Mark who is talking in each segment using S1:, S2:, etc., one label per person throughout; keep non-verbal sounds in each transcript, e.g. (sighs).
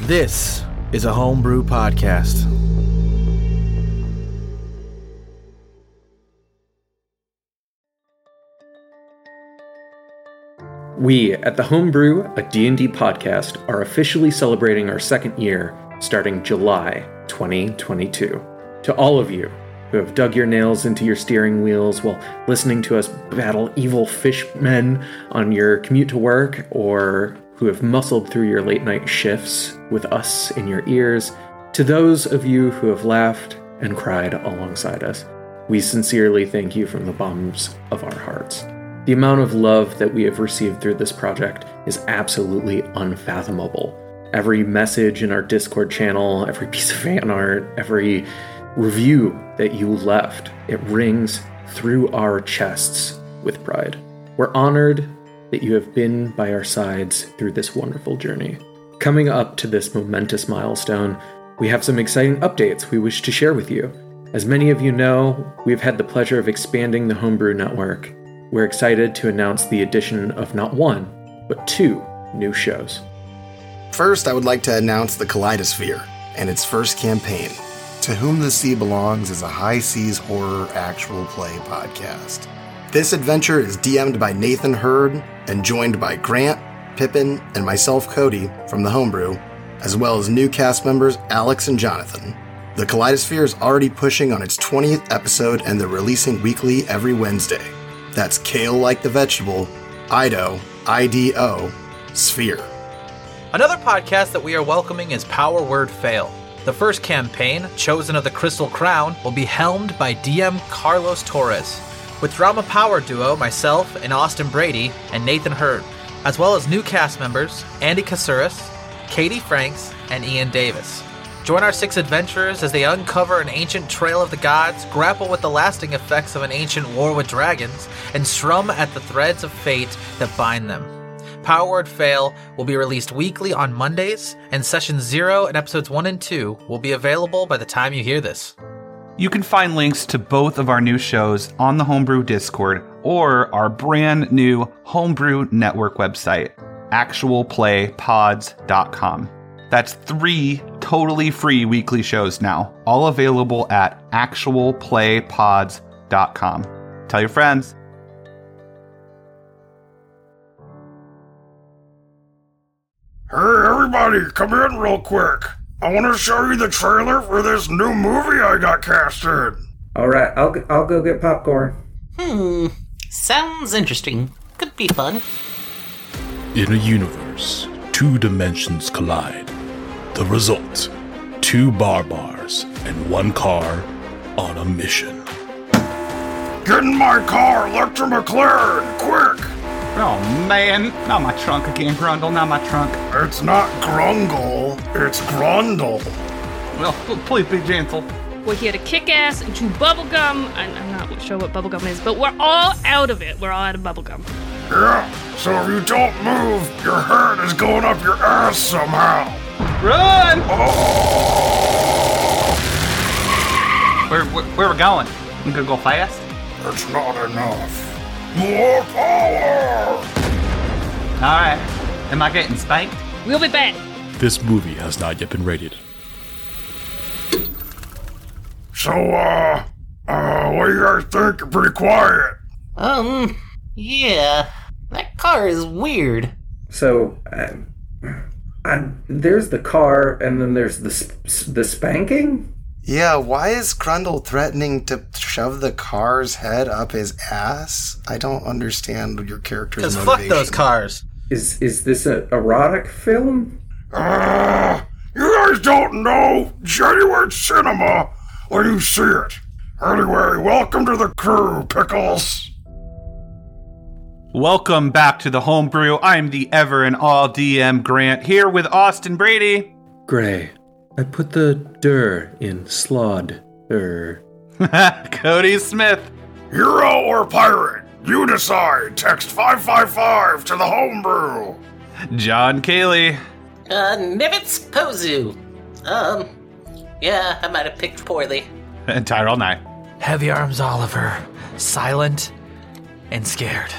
S1: This is a homebrew podcast.
S2: We at the Homebrew, a D&D podcast, are officially celebrating our second year starting July 2022. To all of you who have dug your nails into your steering wheels while listening to us battle evil fishmen on your commute to work or who have muscled through your late night shifts with us in your ears, to those of you who have laughed and cried alongside us, we sincerely thank you from the bottoms of our hearts. The amount of love that we have received through this project is absolutely unfathomable. Every message in our Discord channel, every (laughs) piece of fan art, every review that you left, it rings through our chests with pride. We're honored that you have been by our sides through this wonderful journey. Coming up to this momentous milestone, we have some exciting updates we wish to share with you. As many of you know, we've had the pleasure of expanding the Homebrew Network. We're excited to announce the addition of not one, but two new shows.
S3: First, I would like to announce the Kaleidosphere and its first campaign. To Whom the Sea Belongs is a high seas horror actual play podcast. This adventure is DM'd by Nathan Hurd and joined by Grant, Pippin, and myself, Cody, from the Homebrew, as well as new cast members Alex and Jonathan. The Kaleidosphere is already pushing on its 20th episode and they're releasing weekly every Wednesday. That's Kale Like the Vegetable, Ido, IDO, Sphere.
S4: Another podcast that we are welcoming is Power Word Fail. The first campaign, Chosen of the Crystal Crown, will be helmed by DM Carlos Torres, with drama power duo myself and Austin Brady and Nathan Hurd, as well as new cast members Andy Kasuris, Katie Franks, and Ian Davis. Join our six adventurers as they uncover an ancient trail of the gods, grapple with the lasting effects of an ancient war with dragons, and strum at the threads of fate that bind them. Power Word Fail will be released weekly on Mondays, and Session 0 and Episodes 1 and 2 will be available by the time you hear this.
S5: You can find links to both of our new shows on the Homebrew Discord or our brand new Homebrew Network website, actualplaypods.com. That's three totally free weekly shows now, all available at actualplaypods.com. Tell your friends.
S6: Hey, everybody, come in real quick. I want to show you the trailer for this new movie I got cast in.
S7: All right, I'll g- I'll go get popcorn.
S8: Hmm. Sounds interesting. Could be fun.
S9: In a universe, two dimensions collide. The result two bar bars and one car on a mission.
S6: Get in my car, Electra McLaren, quick!
S5: Oh man, not my trunk again, Grundle, not my trunk.
S6: It's not Grungle, it's Grundle.
S5: Well, p- please be gentle.
S10: We're here to kick ass and chew bubblegum. I'm, I'm not sure what bubblegum is, but we're all out of it. We're all out of bubblegum.
S6: Yeah, so if you don't move, your head is going up your ass somehow.
S5: Run!
S6: Oh,
S5: Where, where, where we're going? We gonna go fast?
S6: it's not enough. More power!
S5: All right. Am I getting spanked?
S10: We'll be back.
S9: This movie has not yet been rated.
S6: So, uh, uh, what do you guys think? You're pretty quiet.
S8: Um, yeah. That car is weird.
S7: So, I, I, there's the car, and then there's the sp- s- the spanking.
S3: Yeah, why is Grundle threatening to shove the car's head up his ass? I don't understand your character's
S4: Because fuck
S3: motivation.
S4: those cars.
S7: Is is this an erotic film?
S6: Uh, you guys don't know genuine cinema when you see it. Anyway, welcome to the crew, Pickles.
S5: Welcome back to the Homebrew. I'm the ever and all DM Grant here with Austin Brady.
S2: Gray, I put the dir in slod. Er.
S5: Cody Smith.
S6: Hero or pirate? You decide. Text 555 to the homebrew.
S5: John Cayley.
S8: Uh, Nivitz Pozu. Um, yeah, I might have picked poorly.
S5: And Tyrell Nye.
S4: Heavy Arms Oliver, silent and scared.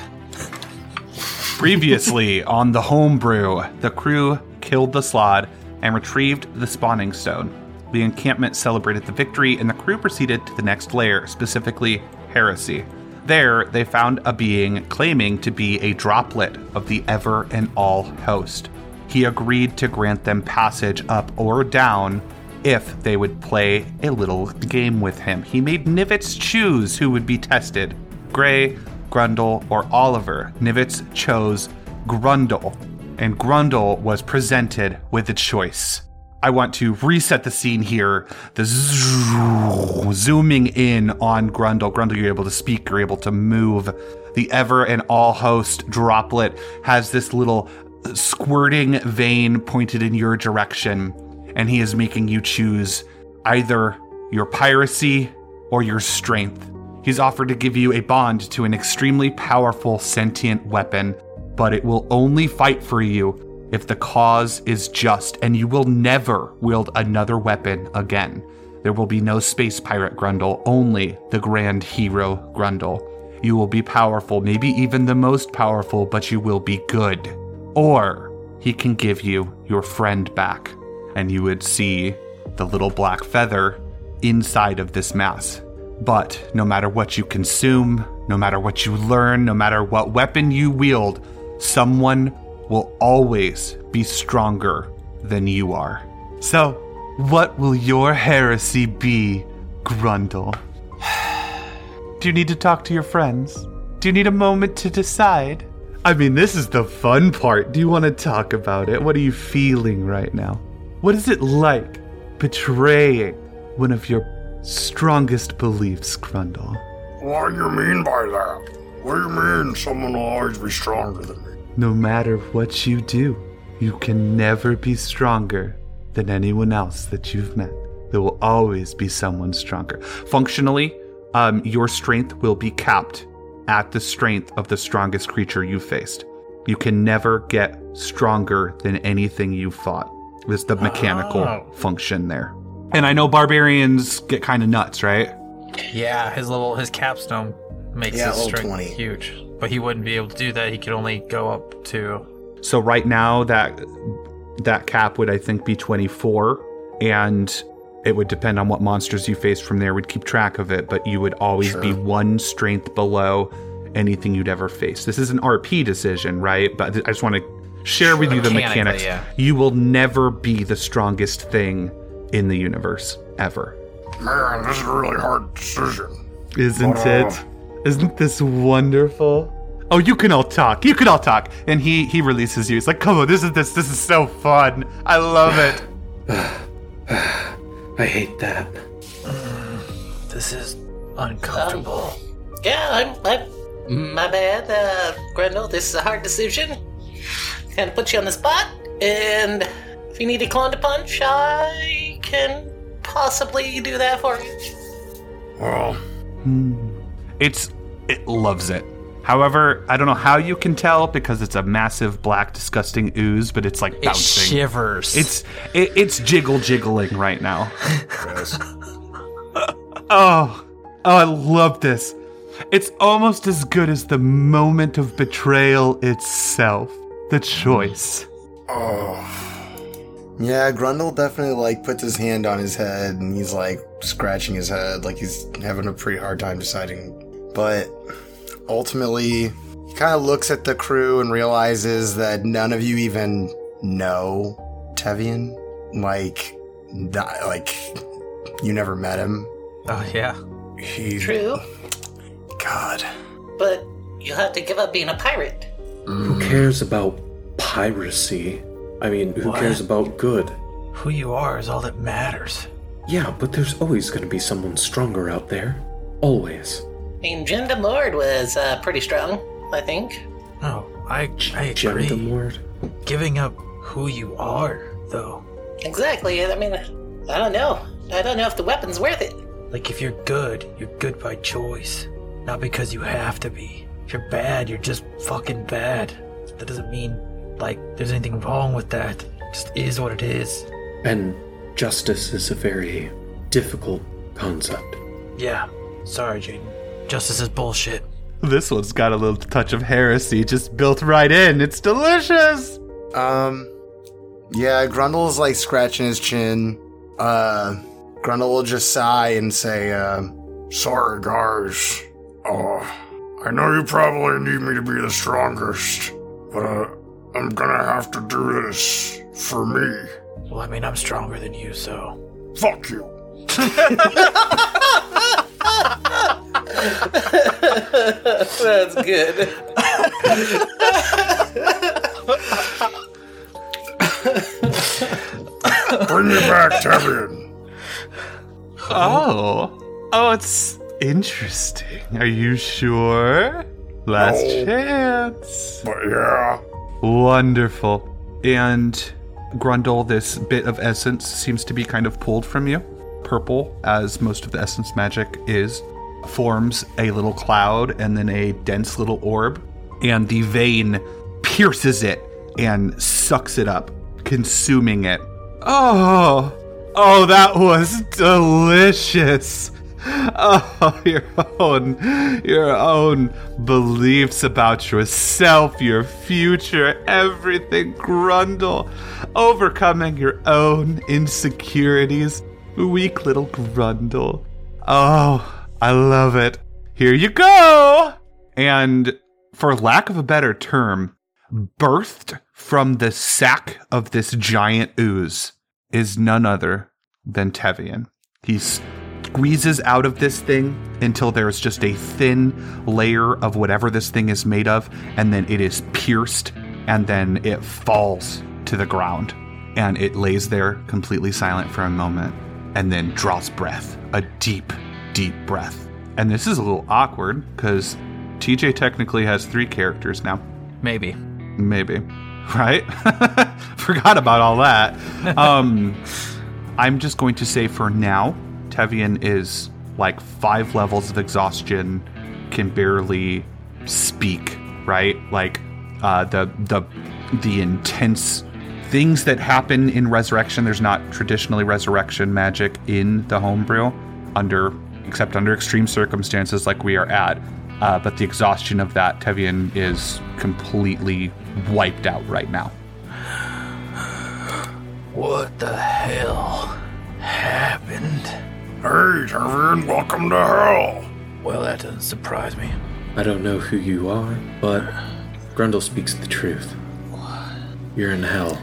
S5: Previously on the homebrew, the crew killed the slod and retrieved the spawning stone. The encampment celebrated the victory, and the crew proceeded to the next layer, specifically Heresy. There, they found a being claiming to be a droplet of the Ever and All host. He agreed to grant them passage up or down if they would play a little game with him. He made Nivets choose who would be tested Gray, Grundle, or Oliver. Nivets chose Grundle, and Grundle was presented with a choice. I want to reset the scene here. The zoo- zooming in on Grundle. Grundle, you're able to speak, you're able to move. The ever and all host droplet has this little squirting vein pointed in your direction, and he is making you choose either your piracy or your strength. He's offered to give you a bond to an extremely powerful sentient weapon, but it will only fight for you if the cause is just, and you will never wield another weapon again. There will be no space pirate Grundle, only the grand hero Grundle. You will be powerful, maybe even the most powerful, but you will be good. Or he can give you your friend back, and you would see the little black feather inside of this mass. But no matter what you consume, no matter what you learn, no matter what weapon you wield, someone will always be stronger than you are. So, what will your heresy be, Grundle? Do you need to talk to your friends? Do you need a moment to decide? I mean, this is the fun part. Do you want to talk about it? What are you feeling right now? What is it like betraying one of your strongest beliefs, Grundle?
S6: What do you mean by that? What do you mean someone will always be stronger than me?
S5: No matter what you do, you can never be stronger than anyone else that you've met. There will always be someone stronger. Functionally, um, your strength will be capped at the strength of the strongest creature you faced. You can never get stronger than anything you fought. Is the mechanical function there? And I know barbarians get kind of nuts, right?
S11: Yeah, his little his capstone makes
S5: Yeah,
S11: his
S5: level
S11: strength
S5: 20.
S11: huge, but he wouldn't be able to do that. He could only go up to.
S5: So right now that that cap would I think be 24 and it would depend on what monsters you faced from there would keep track of it but you would always be one strength below anything you'd ever face. This is an RP decision, right? But I just want to share with you the
S11: Mechanically,
S5: mechanics.
S11: yeah.
S5: You will never be the strongest thing in the universe ever.
S6: Man, this is a really hard decision.
S5: Isn't
S6: uh,
S5: it? Isn't this wonderful? Oh, you can all talk. You can all talk. And he he releases you. He's like, come on, this is this this is so fun. I love it.
S7: (sighs) I hate that.
S11: Mm, This is uncomfortable.
S12: Um, Yeah, I'm. I'm my bad, uh, Grendel. This is a hard decision. Kind of put you on the spot. And if you need a clone to punch, I can possibly do that for you.
S6: Well,
S5: Hmm. It's it loves it. However, I don't know how you can tell because it's a massive black disgusting ooze, but it's like bouncing.
S11: shivers.
S5: It's it, it's jiggle jiggling right now. oh, oh, I love this. It's almost as good as the moment of betrayal itself. The choice.
S3: Oh. Yeah, Grundle definitely like puts his hand on his head and he's like scratching his head, like he's having a pretty hard time deciding. But ultimately, he kind of looks at the crew and realizes that none of you even know Tevian. Like, not, like you never met him.
S11: Oh yeah.
S3: He
S12: True,
S3: God.
S12: but you'll have to give up being a pirate.
S2: Who cares about piracy? I mean, who
S11: What?
S2: cares about good?
S11: Who you are is all that matters.
S2: Yeah, but there's always going to be someone stronger out there. Always.
S12: I mean, Jinda Mord was uh, pretty strong, I think.
S11: No, I I agree. Giving up who you are, though.
S12: Exactly. I mean, I don't know. I don't know if the weapon's worth it.
S11: Like if you're good, you're good by choice, not because you have to be. If you're bad, you're just fucking bad. That doesn't mean like there's anything wrong with that. It just is what it is.
S2: And justice is a very difficult concept.
S11: Yeah. Sorry, Jaden. Justice is bullshit.
S5: This one's got a little touch of heresy just built right in. It's delicious.
S3: Um, Yeah, Grundle's like scratching his chin. Uh, Grundle will just sigh and say, uh,
S6: Sorry, guys. Uh, I know you probably need me to be the strongest, but uh, I'm gonna have to do this for me.
S11: Well, I mean, I'm stronger than you, so.
S6: Fuck
S5: (laughs)
S6: you.
S12: That's good.
S6: Bring me back, Tevian.
S5: Oh. Oh, it's interesting. Are you sure? Last
S6: No.
S5: chance.
S6: But yeah,
S5: Wonderful. And Grundle, this bit of essence seems to be kind of pulled from you. Purple, as most of the essence magic is, forms a little cloud and then a dense little orb. And the vein pierces it and sucks it up, consuming it. Oh, oh, that was delicious. Oh, (laughs) your own, your own beliefs about yourself, your future, everything, Grundle. Overcoming your own insecurities, weak little Grundle. Oh, I love it. Here you go. And for lack of a better term, birthed from the sack of this giant ooze is none other than Tevian. He squeezes out of this thing until there is just a thin layer of whatever this thing is made of, and then it is pierced, and then it falls to the ground. And it lays there completely silent for a moment, and then draws breath, a deep, deep breath. And this is a little awkward because TJ technically has three characters now.
S11: Maybe.
S5: Maybe. Right? (laughs) Forgot about all that. Um, I'm just going to say for now, Tevian is like five levels of exhaustion, can barely speak, right? Like uh, the the the intense things that happen in resurrection. There's not traditionally resurrection magic in the homebrew, under except under extreme circumstances like we are at. Uh, but the exhaustion of that, Tevian is completely wiped out right now.
S11: What the hell happened?
S6: hey, Tevian, welcome to hell.
S11: Well, that doesn't surprise me.
S2: I don't know who you are, but Grundle speaks the truth. You're in hell.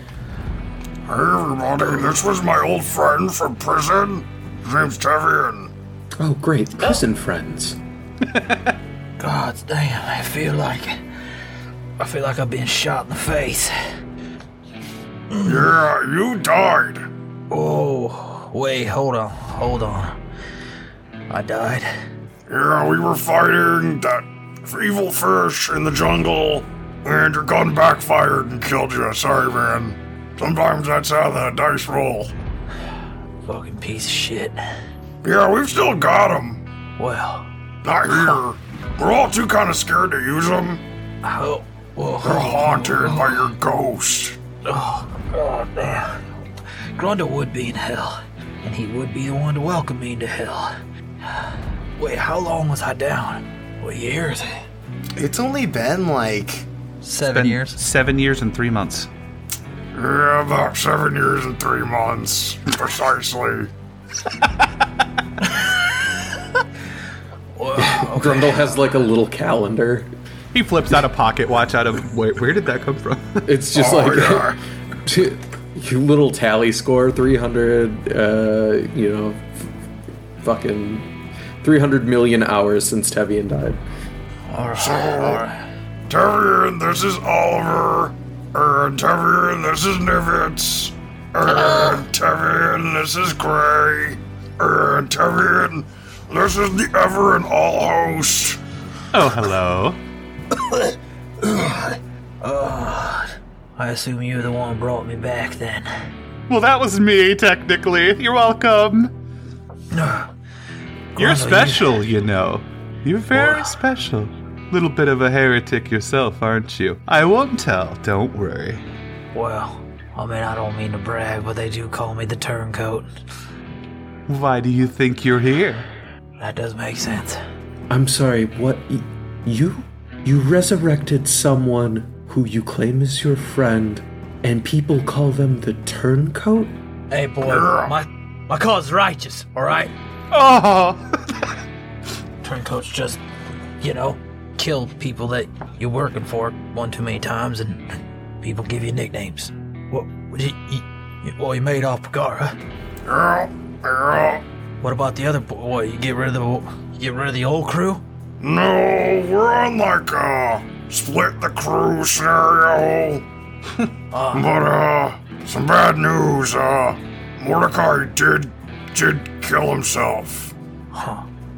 S6: Hey, everybody, this was my old friend from prison. His name's Tevian.
S2: Oh, great. Prison friends.
S11: God damn, I feel like. I feel like I've been shot in the face.
S6: Yeah, Uh, you died.
S11: Oh, wait, hold on, hold on. I died.
S6: Yeah, we were fighting that evil fish in the jungle, and your gun backfired and killed you. Sorry, man. Sometimes that's how the dice roll.
S11: (sighs) Fucking piece of shit.
S6: Yeah, we've still got him.
S11: Well,
S6: Not here. We're all too kind of scared to use them.
S11: I hope.
S6: They're
S11: Oh, Well,
S6: haunted by your ghost.
S11: oh, man. Grundle would be in hell, and he would be the one to welcome me into hell. Wait, how long was I down? What years?
S3: It's only been like.
S11: Seven
S5: Been Seven years and three months.
S6: Yeah, about seven years and three months, precisely.
S2: (laughs) Grundle has like a little calendar.
S5: He flips out a pocket watch out of wait, where did that come from?
S2: It's just
S6: Oh,
S2: like (laughs)
S6: yeah.
S2: t- your little tally score 300, uh, you know, f- fucking 300 million hours since Tevian died.
S6: Tevian, this is Oliver. er, And Tevian, this is Nivitz. And Tevian, this is Gray. er, And Tevian, this is the ever and all host.
S5: (laughs) oh hello.
S11: I assume you're the one who brought me back then.
S5: Well that was me technically. You're welcome. You're
S11: Grundle,
S5: special, you know. You're very special. Little bit of a heretic yourself, aren't you? I won't tell, don't worry.
S11: Well, I mean, I don't mean to brag, but they do call me the turncoat.
S5: Why do you think you're here?
S11: That does make sense.
S2: I'm sorry, what? y- You? You resurrected someone who you claim is your friend and people call them the turncoat?
S11: Hey, boy, my my cause righteous. All right,
S5: Oh,
S11: (laughs) turncoats just, you know, kill people that you're working for one too many times, and people give you nicknames. What? what you, you, you- well, you made off Picard, huh? What about the other boy? You get rid of the you get rid of the old crew?
S6: No, we're on like a split the crew scenario. but uh, some bad news. Uh, Mordecai did did kill himself.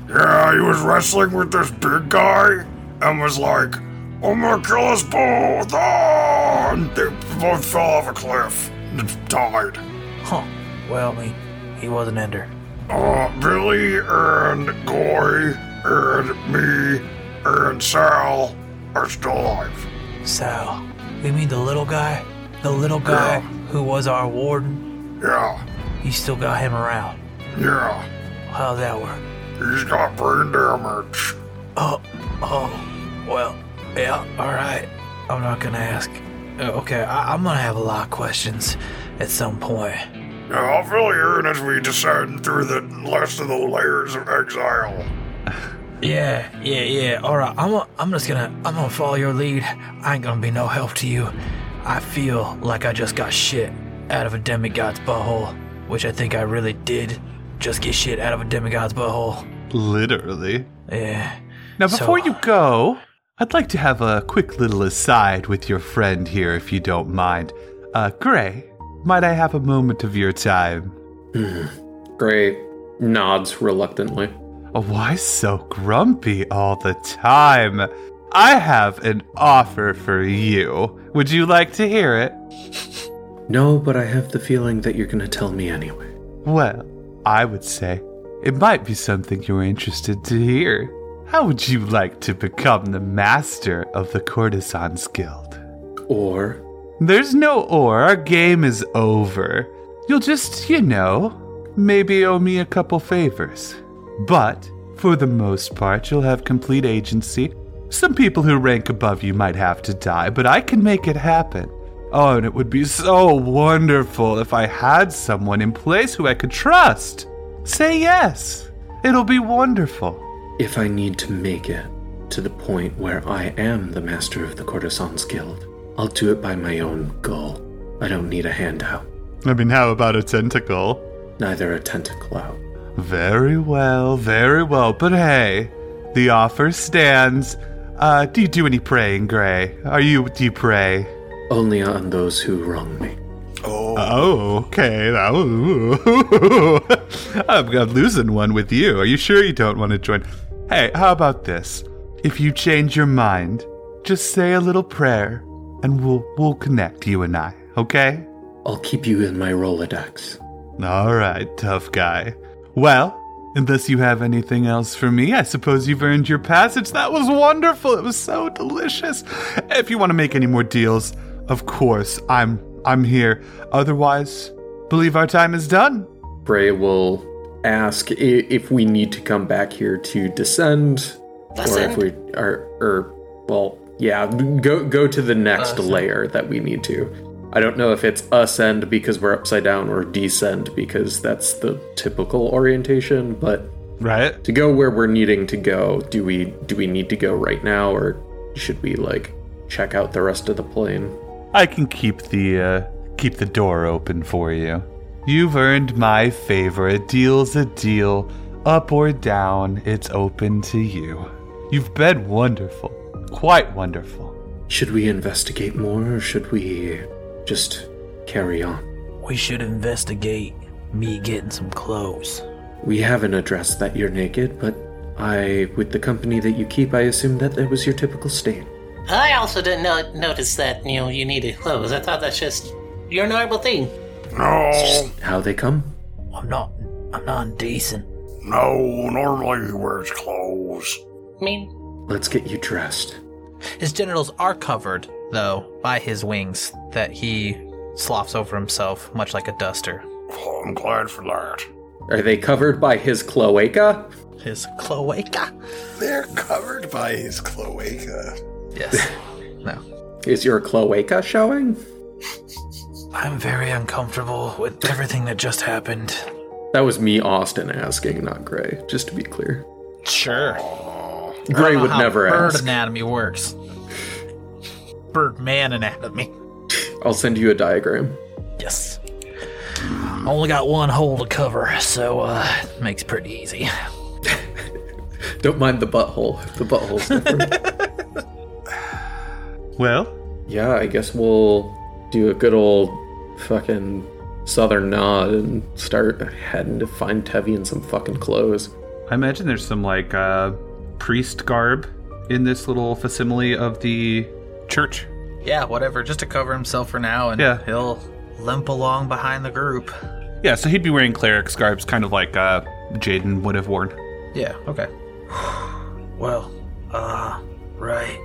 S6: Yeah, he was wrestling with this big guy and was like, "I'm gonna kill us both!" Ah! And they both fell off a cliff and died.
S11: Huh. Well, I mean, he was an ender.
S6: Uh, Billy and Goy and me and Sal are still alive.
S11: So, we mean the little guy? The little guy who was our warden?
S6: Yeah,
S11: You still got him around.
S6: yeah.
S11: How's that work?
S6: He's got brain damage.
S11: Oh, oh, well, yeah, alright. I'm not gonna ask. Uh, Okay, I- I'm gonna have a lot of questions at some point.
S6: Yeah, I'll fill you in as we descend through the last of the layers of exile.
S11: Yeah, yeah, yeah. All right, I'm gonna, I'm just gonna I'm gonna follow your lead. I ain't gonna be no help to you. I feel like I just got shit out of a demigod's butthole, which I think I really did. Just get shit out of a demigod's butthole.
S5: literally.
S11: Yeah.
S5: Now,
S11: So-
S5: before you go, I'd like to have a quick little aside with your friend here, if you don't mind. Uh, Gray, might I have a moment of your time?
S2: Hmm. Gray nods reluctly.
S5: Oh, Why so grumpy all the time? I have an offer for you. Would you like to hear it?
S2: (laughs) No, but I have the feeling that you're gonna tell me anyway.
S5: Well, I would say it might be something you're interested to hear. How would you like to become the master of the Courtesans Guild?
S2: Or
S5: There's no or, our game is over. You'll just, you know, maybe owe me a couple favors. But, for the most part, you'll have complete agency. Some people who rank above you might have to die, but I can make it happen. Oh, and it would be so wonderful if I had someone in place who I could trust. Say yes. It'll be wonderful.
S2: if I need to make it to the point where I am the master of the Courtesans Guild, I'll do it by my own goal. I don't need a handout,
S5: I mean, how about a tentacle?
S2: neither a tentacle out.
S5: Very well, very well. But hey, the offer stands. Uh, do you do any praying, Gray? Are you do you pray?
S2: Only on those who wrong me.
S5: Oh, okay. Ooh. (laughs) I'm, I'm losing one with you. Are you sure you don't want to join? Hey, how about this? If you change your mind, just say a little prayer, and we'll we'll connect you and I. Okay?
S2: I'll keep you in my Rolodex.
S5: All right, tough guy. Well, unless you have anything else for me, I suppose you've earned your passage. That was wonderful. It was so delicious. If you want to make any more deals, of course, I'm I'm here. Otherwise, believe our time is done.
S2: Bray will ask i- if we need to come back here to descend, or if
S12: Descend?
S2: we are, or well, yeah, go go to the next layer that we need to. I don't know if it's ascend because we're upside down or descend because that's the typical orientation, but
S5: Right?
S2: to go where we're needing to go, do we do we need to go right now or should we like check out the rest of the plane?
S5: I can keep the uh, keep the door open for you. You've earned my favor. A deal's a deal, up or down. It's open to you. You've been wonderful, quite wonderful.
S2: Should we investigate more or should we just carry on?
S11: We should investigate me getting some clothes.
S2: We haven't addressed that you're naked, but I, with the company that you keep, I assume that that was your typical state.
S12: I also didn't no- notice that you know you needed clothes. I thought that's just your normal thing.
S6: No,
S2: How they come?
S11: I'm not I'm not indecent.
S6: no, normally he wears clothes.
S12: I mean,
S2: Let's get you dressed.
S11: His genitals are covered though by his wings that he slops over himself much like a duster.
S6: Well, Oh, I'm glad for that.
S2: Are they covered by his cloaca?
S11: (laughs) His cloaca.
S3: They're covered by his cloaca.
S2: (laughs)
S11: Yes. no.
S2: Is your cloaca showing?
S11: I'm very uncomfortable with everything that just happened.
S2: That was me, Austin, asking, not Gray, just to be clear.
S11: Sure. I
S2: Gray
S11: don't know
S2: would
S11: how
S2: never
S11: bird
S2: ask.
S11: anatomy works. Bird man anatomy.
S2: I'll send you a diagram.
S11: Yes. Only got one hole to cover, so uh makes it pretty easy. (laughs)
S2: Don't mind the butthole.
S11: (laughs)
S2: The butthole's different.
S5: Well,
S2: yeah, I guess we'll do a good old fucking southern nod and start heading to find Tevye in some fucking clothes.
S5: I imagine there's some like uh, priest garb in this little facsimile of the church.
S11: Yeah, whatever, just to cover himself for now and
S5: Yeah.
S11: he'll limp along behind the group.
S5: Yeah, so he'd be wearing cleric's garbs, kind of like uh, Jaden would have worn.
S11: Yeah, okay. well, uh right.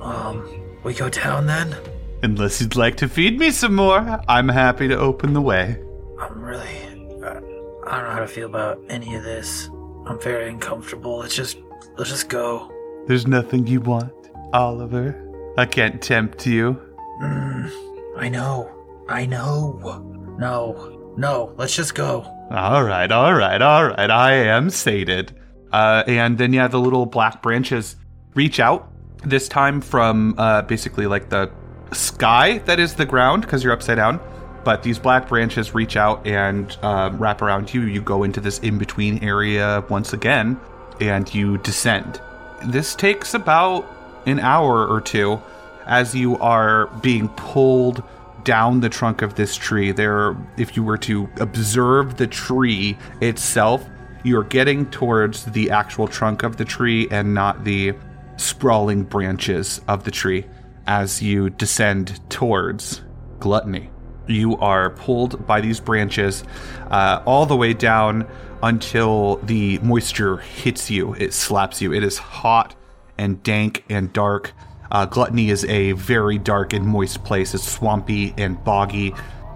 S11: Um we go down then?
S5: Unless you'd like to feed me some more, I'm happy to open the way.
S11: I'm really. Uh, I don't know how to feel about any of this. I'm very uncomfortable. Let's just. Let's just go.
S5: There's nothing you want, Oliver. I can't tempt you. (clears throat)
S11: I know. I know. No. No. Let's just go.
S5: All right, all right, all right. I am sated. Uh, and then, yeah, the little black branches reach out, this time from uh, basically like the sky that is the ground because you're upside down. But these black branches reach out and um, wrap around you. You go into this in between area once again and you descend. This takes about an hour or two as you are being pulled down the trunk of this tree. There, if you were to observe the tree itself, you're getting towards the actual trunk of the tree and not the sprawling branches of the tree as you descend towards gluttony. You are pulled by these branches uh, all the way down until the moisture hits you. It slaps you. It is hot and dank and dark. Uh, Gluttony is a very dark and moist place. It's swampy and boggy.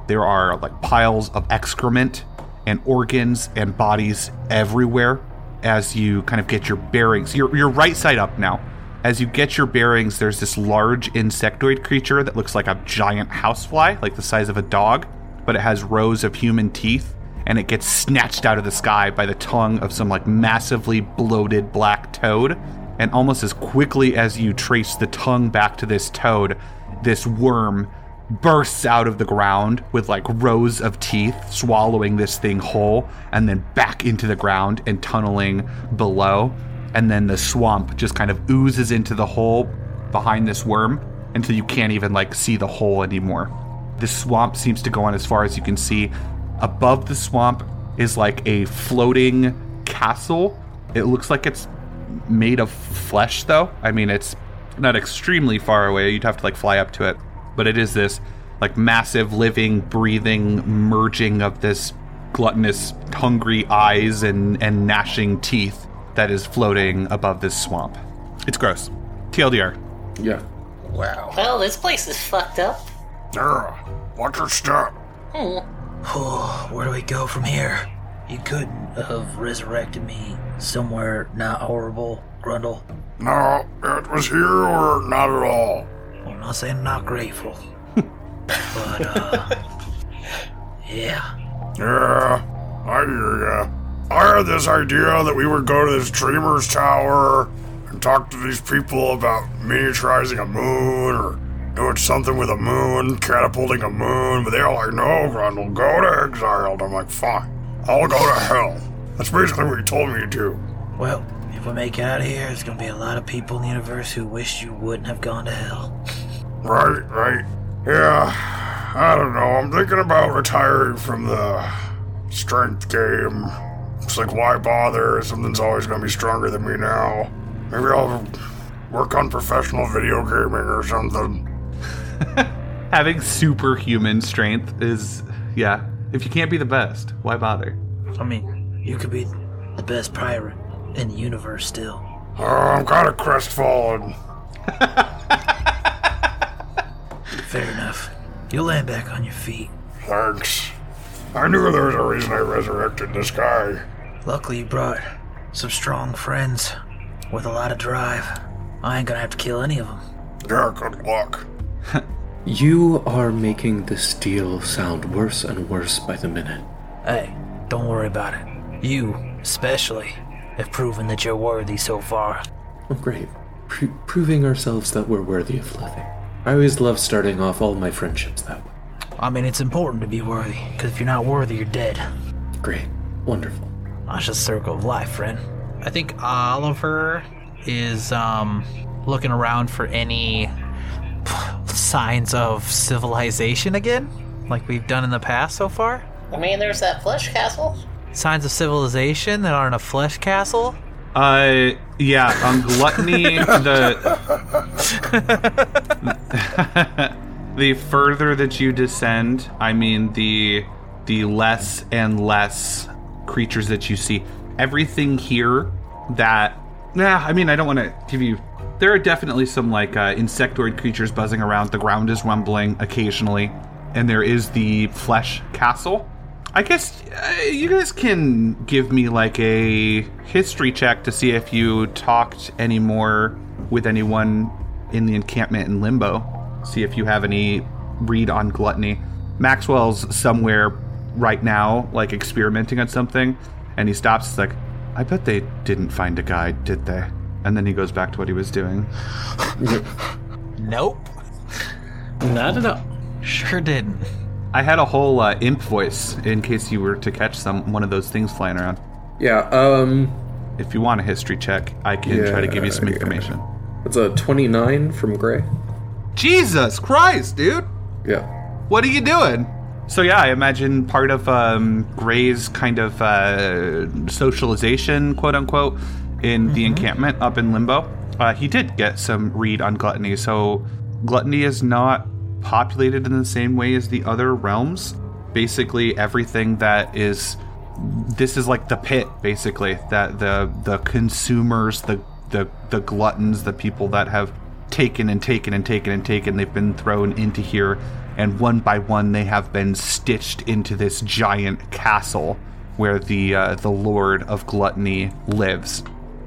S5: There are like piles of excrement and organs and bodies everywhere as you kind of get your bearings. You're, you're right side up now. As you get your bearings, there's this large insectoid creature that looks like a giant housefly, like the size of a dog, but it has rows of human teeth and it gets snatched out of the sky by the tongue of some like massively bloated black toad. And almost as quickly as you trace the tongue back to this toad, this worm bursts out of the ground with like rows of teeth, swallowing this thing whole, and then back into the ground and tunneling below. And then the swamp just kind of oozes into the hole behind this worm until you can't even like see the hole anymore. This swamp seems to go on as far as you can see. Above the swamp is like a floating castle. It looks like it's made of flesh, though. I mean, it's not extremely far away. You'd have to like fly up to it. But it is this like massive, living, breathing merging of this gluttonous, hungry eyes and, and gnashing teeth that is floating above this swamp. It's gross. TLDR.
S2: Yeah.
S12: Well, this place is fucked up. Hmm.
S6: Yeah, watch your step.
S11: Where do we go from here? You couldn't have resurrected me somewhere not horrible, Grundle.
S6: No, it was here or not at all.
S11: I'm not saying I'm not grateful. but, uh. Yeah.
S6: Yeah, I hear ya. I had this idea that we would go to this Dreamer's Tower and talk to these people about miniaturizing a moon or doing something with a moon, catapulting a moon, but they were like, no, Grundle, go to exile. And I'm like, fine, I'll go to hell. That's basically what you told me to.
S11: Well, if we make it out of here, there's gonna be a lot of people in the universe who wish you wouldn't have gone to hell.
S6: Right, right. Yeah, I don't know. I'm thinking about retiring from the strength game. It's like, why bother? Something's always going to be stronger than me now. Maybe I'll work on professional video gaming or something.
S5: Having superhuman strength is, yeah. If you can't be the best, why bother?
S11: I mean, you could be the best pirate in the universe still.
S6: Oh, I'm kind of crestfallen.
S11: (laughs) Fair enough. You'll land back on your feet.
S6: Thanks. I knew there was a reason I resurrected this guy.
S11: Luckily, you brought some strong friends with a lot of drive. I ain't gonna have to kill any of them.
S6: Yeah, good luck.
S2: You are making this deal sound worse and worse by the minute.
S13: Hey, don't worry about it. You, especially, have proven that you're worthy so far.
S2: Oh, great. Pr- proving ourselves that we're worthy of loving. I always love starting off all my friendships that way.
S13: I mean, it's important to be worthy, because if you're not worthy, you're dead.
S2: Great. Wonderful.
S13: That's the circle of life, friend.
S11: I think Oliver is um, looking around for any signs of civilization again, like we've done in the past so far.
S12: I mean, there's that flesh castle.
S11: Signs of civilization that aren't a flesh castle.
S5: Uh, yeah, on gluttony,
S11: (laughs)
S5: the the further that you descend, I mean the the less and less creatures that you see. Everything here that nah, I mean I don't want to give you. There are definitely some like uh, insectoid creatures buzzing around. The ground is rumbling occasionally, and there is the flesh castle. I guess uh, you guys can give me like a history check to see if you talked any more with anyone in the encampment in Limbo. See if you have any read on gluttony. Maxwell's somewhere right now, like experimenting on something, and he stops. He's like, I bet they didn't find a guide, did they? And then he goes back to what he was doing.
S11: Nope.
S13: Not at all.
S11: Sure didn't.
S5: I had a whole uh, imp voice in case you were to catch some one of those things flying around.
S2: Yeah, um,
S5: If you want a history check, I can try to give you some
S2: Yeah, yeah.
S5: information.
S2: that's a 29 from Gray.
S5: Jesus Christ, dude!
S2: Yeah.
S5: What are you doing? So yeah, I imagine part of um, Gray's kind of uh, socialization, quote unquote, in
S2: Mm-hmm.
S5: the encampment up in Limbo, uh, he did get some read on gluttony. So gluttony is not populated in the same way as the other realms. Basically, everything that is this is like the pit, basically that the the consumers, the the the gluttons, the people that have taken and taken and taken and taken. They've been thrown into here, and one by one, they have been stitched into this giant castle where the uh, the Lord of Gluttony lives.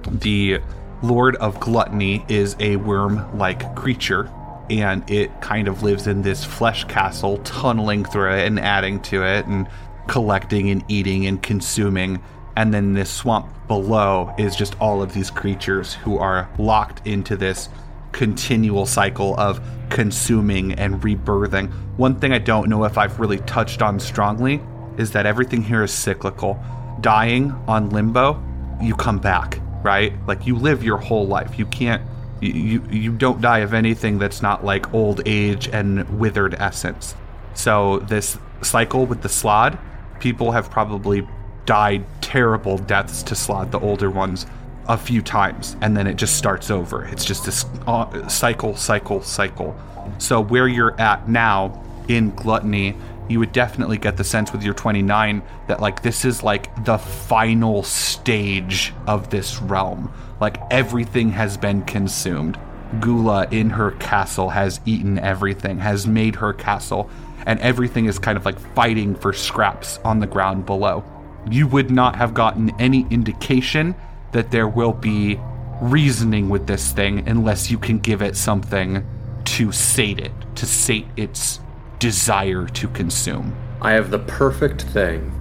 S5: The Lord of Gluttony is a worm-like creature, and it kind of lives in this flesh castle, tunneling through it and adding to it, and collecting and eating and consuming. And then this swamp below is just all of these creatures who are locked into this continual cycle of consuming and rebirthing. One thing I don't know if I've really touched on strongly is that everything here is cyclical. Dying on limbo, you come back, right? Like you live your whole life. You can't you you, you don't die of anything that's not like old age and withered essence. So this cycle with the slod, people have probably died terrible deaths to slod the older ones a few times and then it just starts over. It's just this uh, cycle, cycle, cycle. So, where you're at now in Gluttony, you would definitely get the sense with your 29 that, like, this is like the final stage of this realm. Like, everything has been consumed. Gula in her castle has eaten everything, has made her castle, and everything is kind of like fighting for scraps on the ground below you would not have gotten any indication that there will be reasoning with this thing unless you can give it something to sate it, to sate its desire to consume.
S2: I have the
S11: (laughs)
S2: perfect thing.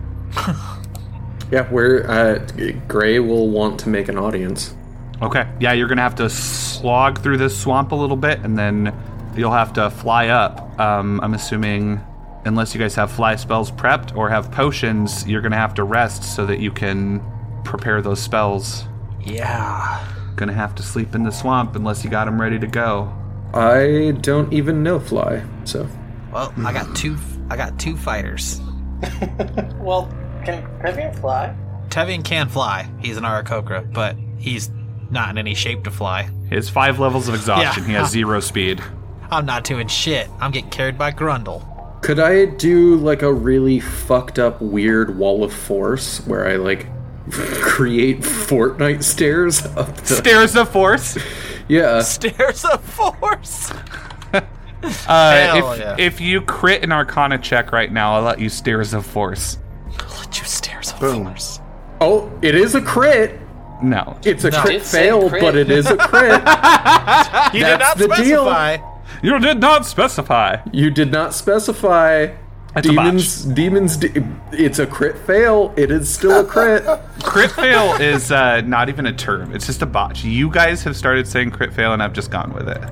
S2: yeah, where uh, Gray will want to make an audience.
S5: Okay, yeah, you're gonna have to slog through this swamp a little bit and then you'll have to fly up. Um, I'm assuming, unless you guys have fly spells prepped or have potions, you're gonna have to rest so that you can prepare those spells.
S13: Yeah.
S5: Gonna have to sleep in the swamp unless you got them ready to go.
S2: I don't even know Fly, so.
S11: Well, I got two. I got two fighters.
S12: Well, can Rivian fly?
S11: Tevian can fly. He's an Arakokra, but he's not in any shape to fly.
S5: His five levels of exhaustion.
S11: Yeah.
S5: He has zero
S2: (laughs)
S5: speed.
S11: I'm not doing shit. I'm getting carried by Grundle.
S2: Could I do like a really fucked up weird wall of force where I like (laughs) create Fortnite stairs up the
S5: Stairs of force. (laughs)
S2: Yeah.
S11: Stairs of force.
S5: Uh,
S11: Hell
S5: if,
S11: yeah.
S5: if you crit an Arcana check right now, I'll let you stairs of force.
S11: Let you stairs of force.
S2: Oh, it is a crit.
S5: No,
S2: It's a crit
S12: it said
S2: fail,
S12: crit. (laughs)
S2: but it is a crit.
S11: You
S2: That's the deal.
S5: You did not specify.
S2: You did not specify.
S5: That's a
S2: demons, demons. De- it's a crit fail. It is still a crit.
S5: Crit fail is uh, not even a term. It's just a botch. You guys have started saying crit fail, and I've just gone with it.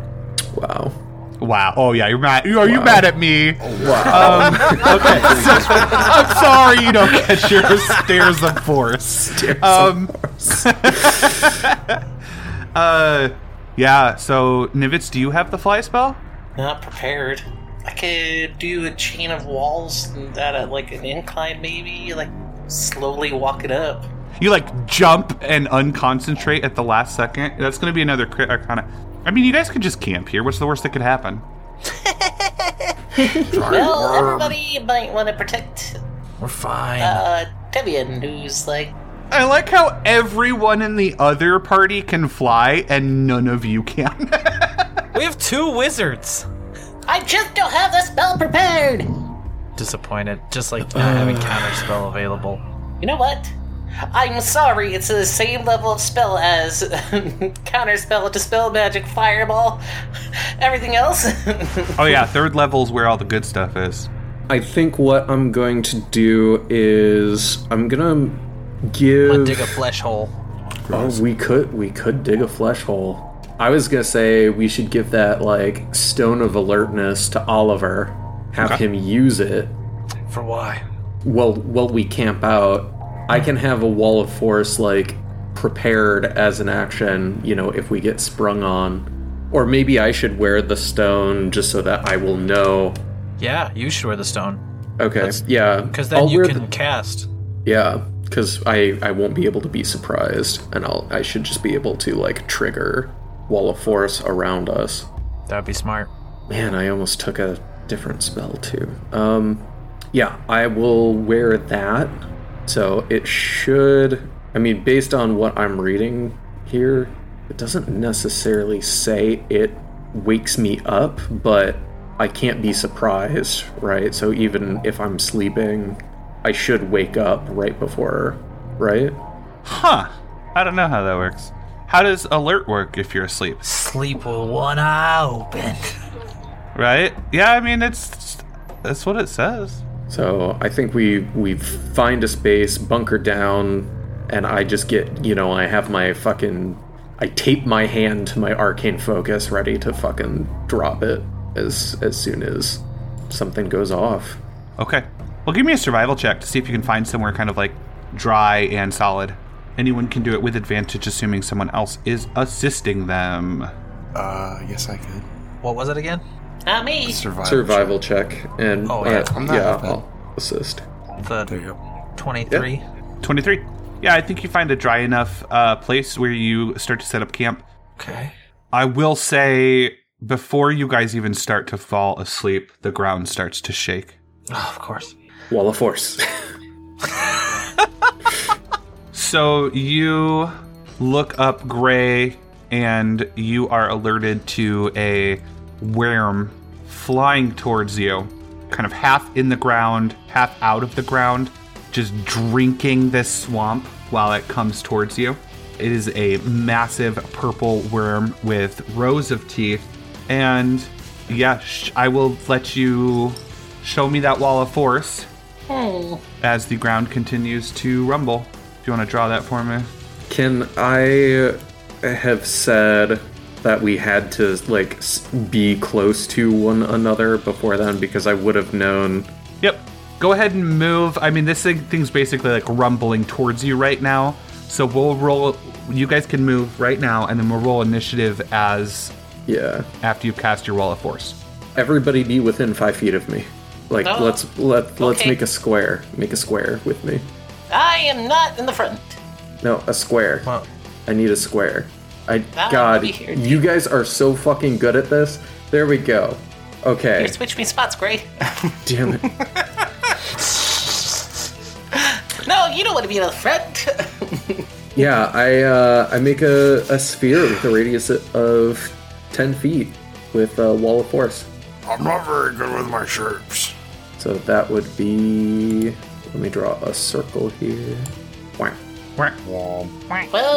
S2: Wow.
S5: Wow. Oh yeah, you're mad. You- Are you mad at me?
S2: wow.
S5: Um, okay. so- I'm sorry you don't get your stairs of force. um, (laughs) uh, yeah. So Nivitz, do you have the fly spell?
S12: Not prepared. I could do a chain of walls at a, like an incline, maybe, like slowly walk it up.
S5: You like jump and unconcentrate at the last second. That's going to be another crit arcana. I mean, you guys could just camp here. What's the worst that could happen?
S12: well, everybody might want to protect
S13: We're fine.
S12: uh, Debian, who's like,
S5: I like how everyone in the other party can fly and none of you can. (laughs)
S11: We have two wizards.
S12: I just don't have the spell prepared.
S11: Disappointed, just like
S2: (sighs)
S11: not having counter spell available.
S12: You know what? I'm sorry, it's the same level of spell as (laughs) counterspell, dispel magic, fireball, everything else. (laughs)
S5: oh yeah, third level's where all the good stuff is.
S2: I think what I'm going to do is I'm gonna
S11: I'm gonna
S2: give.
S11: dig a flesh hole.
S2: Oh, we could we could dig a flesh hole. I was gonna say we should give that like stone of alertness to Oliver, have
S13: Okay.
S2: him use it.
S13: For why?
S2: Well, while we camp out, I can have a wall of force like prepared as an action. You know, if we get sprung on, or maybe I should wear the stone just so that I will know.
S11: Yeah, you should wear the stone.
S2: Okay, yeah,
S11: Because then
S2: I'll
S11: you
S2: wear
S11: can
S2: the-
S11: cast.
S2: Yeah, because I I won't be able to be surprised, and I'll I should just be able to like trigger wall of force around us.
S11: That'd be smart.
S2: Man, I almost took a different spell too. Um, yeah, I will wear that. So it should. I mean, based on what I'm reading here, it doesn't necessarily say it wakes me up, but I can't be surprised, right? So even if I'm sleeping, I should wake up right before, right?
S5: Huh. I don't know how that works. How does alert work if you're asleep?
S13: Sleep with one eye open. (laughs)
S5: Right? Yeah, I mean it's that's what it says.
S2: So I think we we find a space, bunker down, and I just get you know I have my fucking I tape my hand to my arcane focus, ready to fucking drop it as as soon as something goes off.
S5: Okay. Well, give me a survival check to see if you can find somewhere kind of like dry and solid. Anyone can do it with advantage, assuming someone else is assisting them.
S3: Uh, yes, I could.
S11: What was it again?
S12: Not me.
S2: Survival check, and
S11: Oh, yeah.
S2: uh,
S11: I'm not
S2: yeah,
S11: helping.
S2: I'll assist.
S11: The twenty-three.
S5: 23. Yeah, I think you find a dry enough uh, place where you start to set up camp.
S13: Okay.
S5: I will say, before you guys even start to fall asleep, the ground starts to shake.
S13: Oh, of course.
S2: Wall of force. (laughs)
S5: So you look up Gray, and you are alerted to a worm flying towards you, kind of half in the ground, half out of the ground, just drinking this swamp while it comes towards you. It is a massive purple worm with rows of teeth, and yeah, sh- I will let you show me that wall of force
S12: Hmm.
S5: as the ground continues to rumble. Do you want to draw that for me?
S2: Can I have said that we had to like s- be close to one another before then because I would have known.
S5: Yep. Go ahead and move. I mean, this thing, thing's basically like rumbling towards you right now. So we'll roll. You guys can move right now, and then we'll roll initiative as
S2: Yeah.
S5: after you've cast your wall of force.
S2: Everybody be within five feet of me. Like
S12: Oh,
S2: let's let let's
S12: okay.
S2: make a square. Make a square with me.
S12: I am not in the front.
S2: No, a square. I need a square. I
S12: I'll
S2: God,
S12: be here.
S2: you guys are so fucking good at this. There we go. Okay. (laughs)
S12: Here, switch me spots, Gray.
S2: Damn it.
S12: No, you don't want to be in the front.
S2: Yeah, I uh, I make a, a sphere with a radius of ten feet with a wall of force.
S6: I'm not very good with my shapes.
S2: So that would be. Let me draw a circle here. Wow.
S12: Well,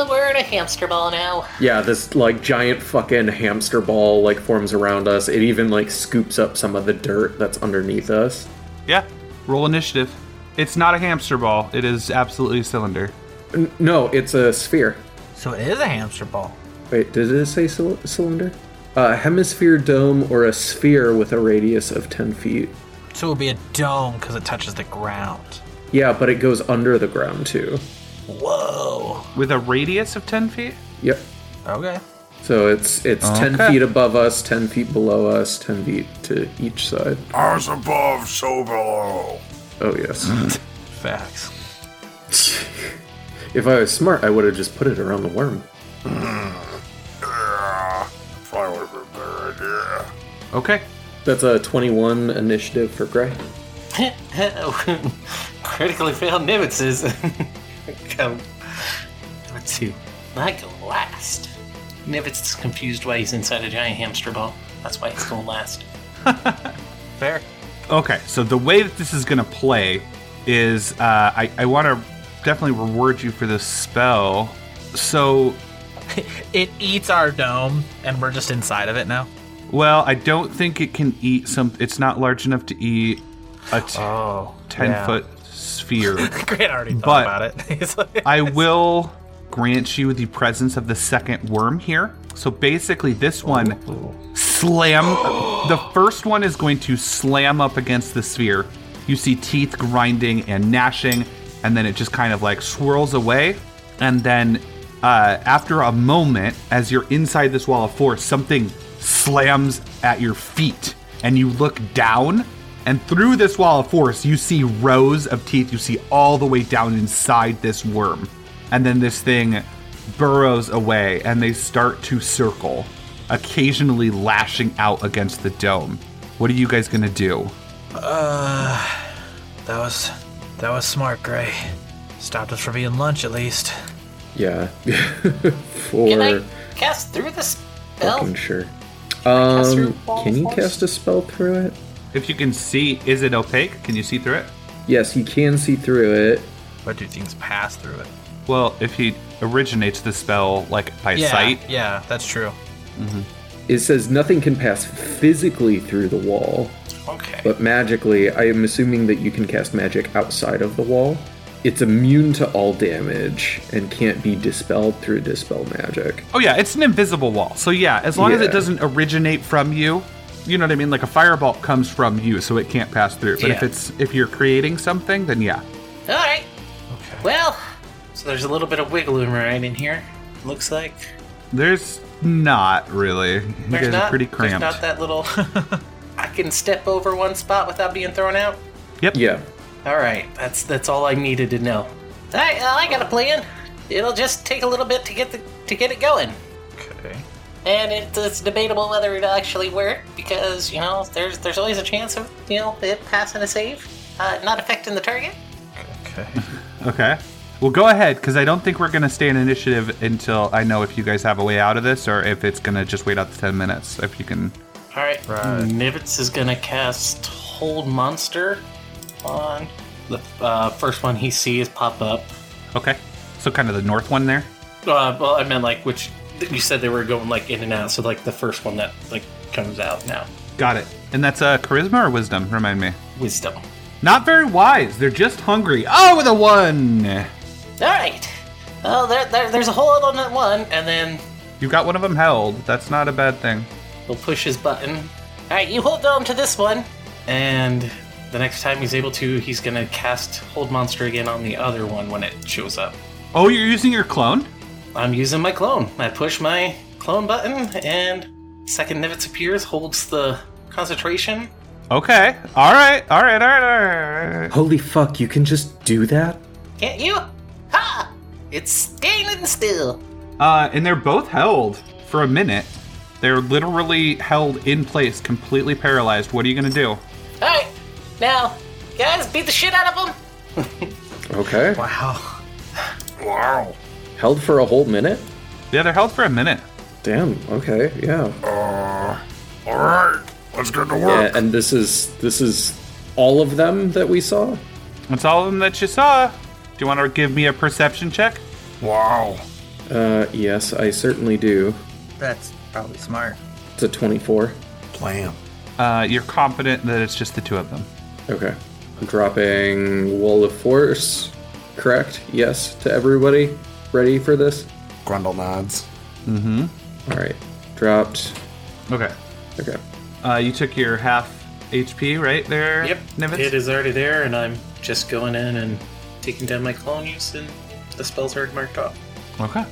S12: we're in a hamster ball now.
S2: Yeah, this like giant fucking hamster ball like forms around us. It even like scoops up some of the dirt that's underneath us.
S5: Yeah. Roll initiative. It's not a hamster ball. It is absolutely a cylinder.
S2: N- no, it's a sphere.
S11: So it is a hamster ball.
S2: Wait, did it say cyl- cylinder? A hemisphere dome or a sphere with a radius of 10 feet.
S11: So it would be a dome because it touches the ground.
S2: Yeah, but it goes under the ground too.
S11: Whoa.
S5: With a radius of 10 feet?
S2: Yep.
S11: Okay.
S2: So it's it's 10
S5: Okay.
S2: feet above us, 10 feet below us, 10 feet to each side.
S6: Ours above, so below.
S2: Oh, yes.
S11: Facts.
S2: (laughs) if I was smart, I would have just put it around the worm.
S6: Yeah, probably would have been a better idea.
S5: Okay.
S2: That's a 21 initiative for Gray.
S12: (laughs) Critically failed nemesis. (laughs) Go. Number two. I go last. Nivitz is confused why he's inside a giant hamster ball. That's why he's going last.
S11: (laughs) Fair.
S5: Okay, so the way that this is going to play is uh, I, I want to definitely reward you for this spell. So,
S11: It eats our dome, and we're just inside of it now. (laughs)
S5: well, I don't think it can eat some. It's not large enough to eat a t- 10
S11: yeah.
S5: foot sphere.
S11: Grant already thought
S5: But-
S11: about it. (laughs) He's like,
S5: I will grant you the presence of the second worm here. So basically, this one slam. the first one is going to slam up against the sphere. You see teeth grinding and gnashing, and then it just kind of like swirls away. And then, uh, after a moment, as you're inside this wall of force, something slams at your feet, and you look down. And through this wall of force, you see rows of teeth. You see all the way down inside this worm. And then this thing burrows away and they start to circle, occasionally lashing out against the dome. What are you guys going to do?
S11: uh, that was that was smart, Gray. Stopped us from being lunch, at least.
S2: Yeah. (laughs) for
S12: Can I cast through the spell?
S2: fucking sure.
S12: cast through
S2: Um,
S12: wall
S2: can you
S12: force?
S2: cast a spell through it?
S5: If you can see, is it opaque? Can you see through it?
S2: Yes, you can see through it.
S11: But do things pass through it?
S5: Well, if he originates the spell like by
S11: yeah,
S5: sight,
S11: yeah, that's true.
S2: Mm-hmm. It says nothing can pass physically through the wall,
S11: Okay.
S2: but magically, I am assuming that you can cast magic outside of the wall. It's immune to all damage and can't be dispelled through dispel magic.
S5: Oh yeah, it's an invisible wall. So yeah, as long as
S2: Yeah.
S5: it doesn't originate from you, you know what I mean. Like a firebolt comes from you, so it can't pass through. But if
S11: Yeah.
S5: it's if you're creating something, then yeah.
S12: All right. Okay. Well, so there's a little bit of wiggle room right in here. Looks like
S5: There's not really. You
S12: there's
S5: guys
S12: not
S5: are pretty
S12: there's
S5: cramped.
S12: not that (laughs) little. I can step over one spot without being thrown out.
S2: Yeah.
S12: All right, that's that's all I needed to know. All right, well, I got a plan. It'll just take a little bit to get the to get it going,
S11: Okay.
S12: and it's, it's debatable whether it'll actually work because you know there's there's always a chance of you know it passing a save, uh, not affecting the target.
S11: Okay.
S5: (laughs) Okay. Well, go ahead, because I don't think we're gonna stay in initiative until I know if you guys have a way out of this, or if it's gonna just wait out the ten minutes. If you can.
S12: All right,
S11: Right.
S12: Nivitz is gonna cast Hold Monster on the uh, first one he sees pop up.
S5: Okay. So kind of the north one there.
S12: Uh, well, I meant like which you said they were going like in and out, so like the first one that like comes out now.
S5: Got it. And that's uh, charisma or wisdom. Remind me.
S12: Wisdom. All
S5: Not very wise. They're just hungry. Oh, with a one.
S12: right. Oh, there, there, there's a hold on that one, and then
S5: You got one of them held. That's not a bad thing.
S12: he'll push his button. All right, you hold on to this one, and the next time he's able to, he's gonna cast Hold Monster again on the other one when it shows up.
S5: Oh, you're using your clone?
S12: I'm using my clone. I push my clone button, and second Nivitz appears, holds the concentration.
S5: Okay. All right. All right. All right. All right.
S2: Holy fuck, you can just do that?
S12: Can't you? Ha! It's standing still.
S5: Uh, and they're both held for a minute. They're literally held in place, completely paralyzed. What are you gonna do?
S12: All right, now, guys, beat the shit out of him.
S2: Okay.
S11: Wow.
S6: Wow.
S2: Held for a whole minute?
S5: Yeah, they're held for a minute.
S2: Damn, okay, yeah.
S6: All right, let's get to
S2: Yeah,
S6: work.
S2: and this is this is all of them that we saw?
S5: That's all of them that you saw. Do you want to give me a perception check?
S3: Wow.
S2: Uh, yes, I certainly do.
S4: That's probably smart.
S2: It's a 24.
S3: Blam.
S5: Uh, you're confident that it's just the two of them.
S2: Okay. I'm dropping Wall of Force, correct? Yes, to everybody? Ready for this?
S3: Grundle nods.
S5: Mm-hmm.
S2: Alright. Dropped.
S5: Okay.
S2: Okay.
S5: Uh, you took your half HP right there.
S12: Yep,
S5: Nivitz?
S12: it is already there, and I'm just going in and taking down my clone use, and the spell's already marked off.
S5: Okay.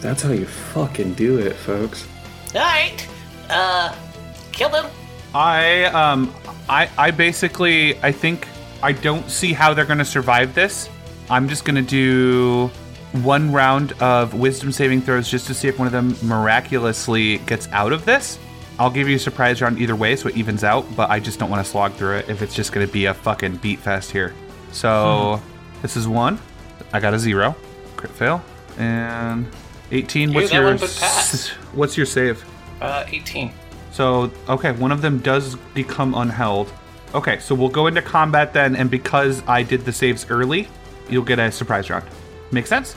S2: That's how you fucking do it, folks.
S12: Alright, uh, kill them.
S5: I um I I basically I think I don't see how they're going to survive this. I'm just going to do one round of wisdom saving throws just to see if one of them miraculously gets out of this. I'll give you a surprise round either way so it evens out, but I just don't want to slog through it if it's just going to be a fucking beat fest here. So this is one. I got a zero. Crit fail. And 18.
S12: Hey,
S5: what's
S12: that
S5: your
S12: one would pass.
S5: s- what's your save?
S12: Uh, 18.
S5: So, okay, one of them does become unheld. Okay, so we'll go into combat then, and because I did the saves early, you'll get a surprise round. Make sense?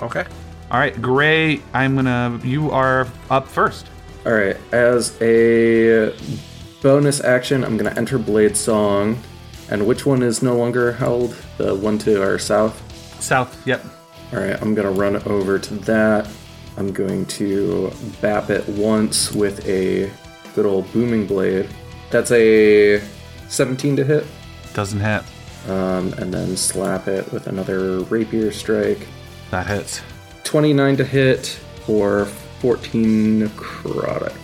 S4: Okay.
S5: All right, Gray, I'm gonna. You are up first.
S2: All right. As a bonus action, I'm gonna enter Blade Song, and which one is no longer held? The one to our south.
S5: South, yep.
S2: All right. I'm gonna run over to that. I'm going to bap it once with a good old booming blade. That's a 17 to hit,
S5: Doesn't hit.
S2: um, and then slap it with another rapier strike.
S5: That hits.
S2: 29 to hit or 14 necrotic.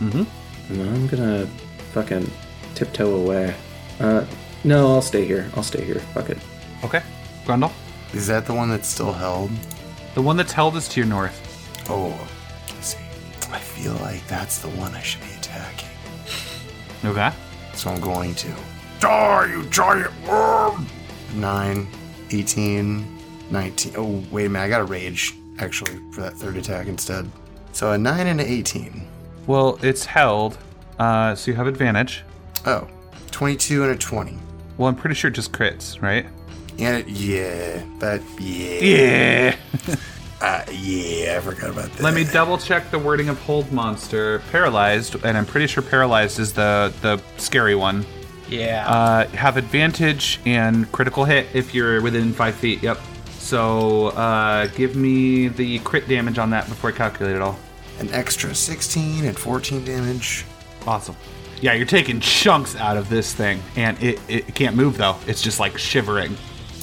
S5: Mm-hmm.
S2: And then I'm gonna fucking tiptoe away. Uh, no, I'll stay here. I'll stay here. Fuck it.
S5: Okay, Grundle.
S3: Is that the one that's still held?
S5: The one that's held is to your north.
S3: Oh, I see. I feel like that's the one I should be attacking.
S5: Okay.
S3: So I'm going to.
S6: Die, you giant worm!
S3: 9, 18, 19. Oh, wait a minute. I got a rage, actually, for that third attack instead. So a 9 and an 18.
S5: Well, it's held, uh, so you have advantage.
S3: Oh, 22 and a 20.
S5: Well, I'm pretty sure it just crits, right?
S3: And it, yeah, that, yeah. (laughs) Uh, yeah, I forgot about that.
S5: Let me double check the wording of hold monster paralyzed, and I'm pretty sure paralyzed is the the scary one.
S4: Yeah.
S5: Uh, have advantage and critical hit if you're within five feet. Yep. So uh, give me the crit damage on that before I calculate it all.
S3: An extra 16 and 14 damage.
S5: Awesome. Yeah, you're taking chunks out of this thing, and it, it can't move though. It's just like shivering.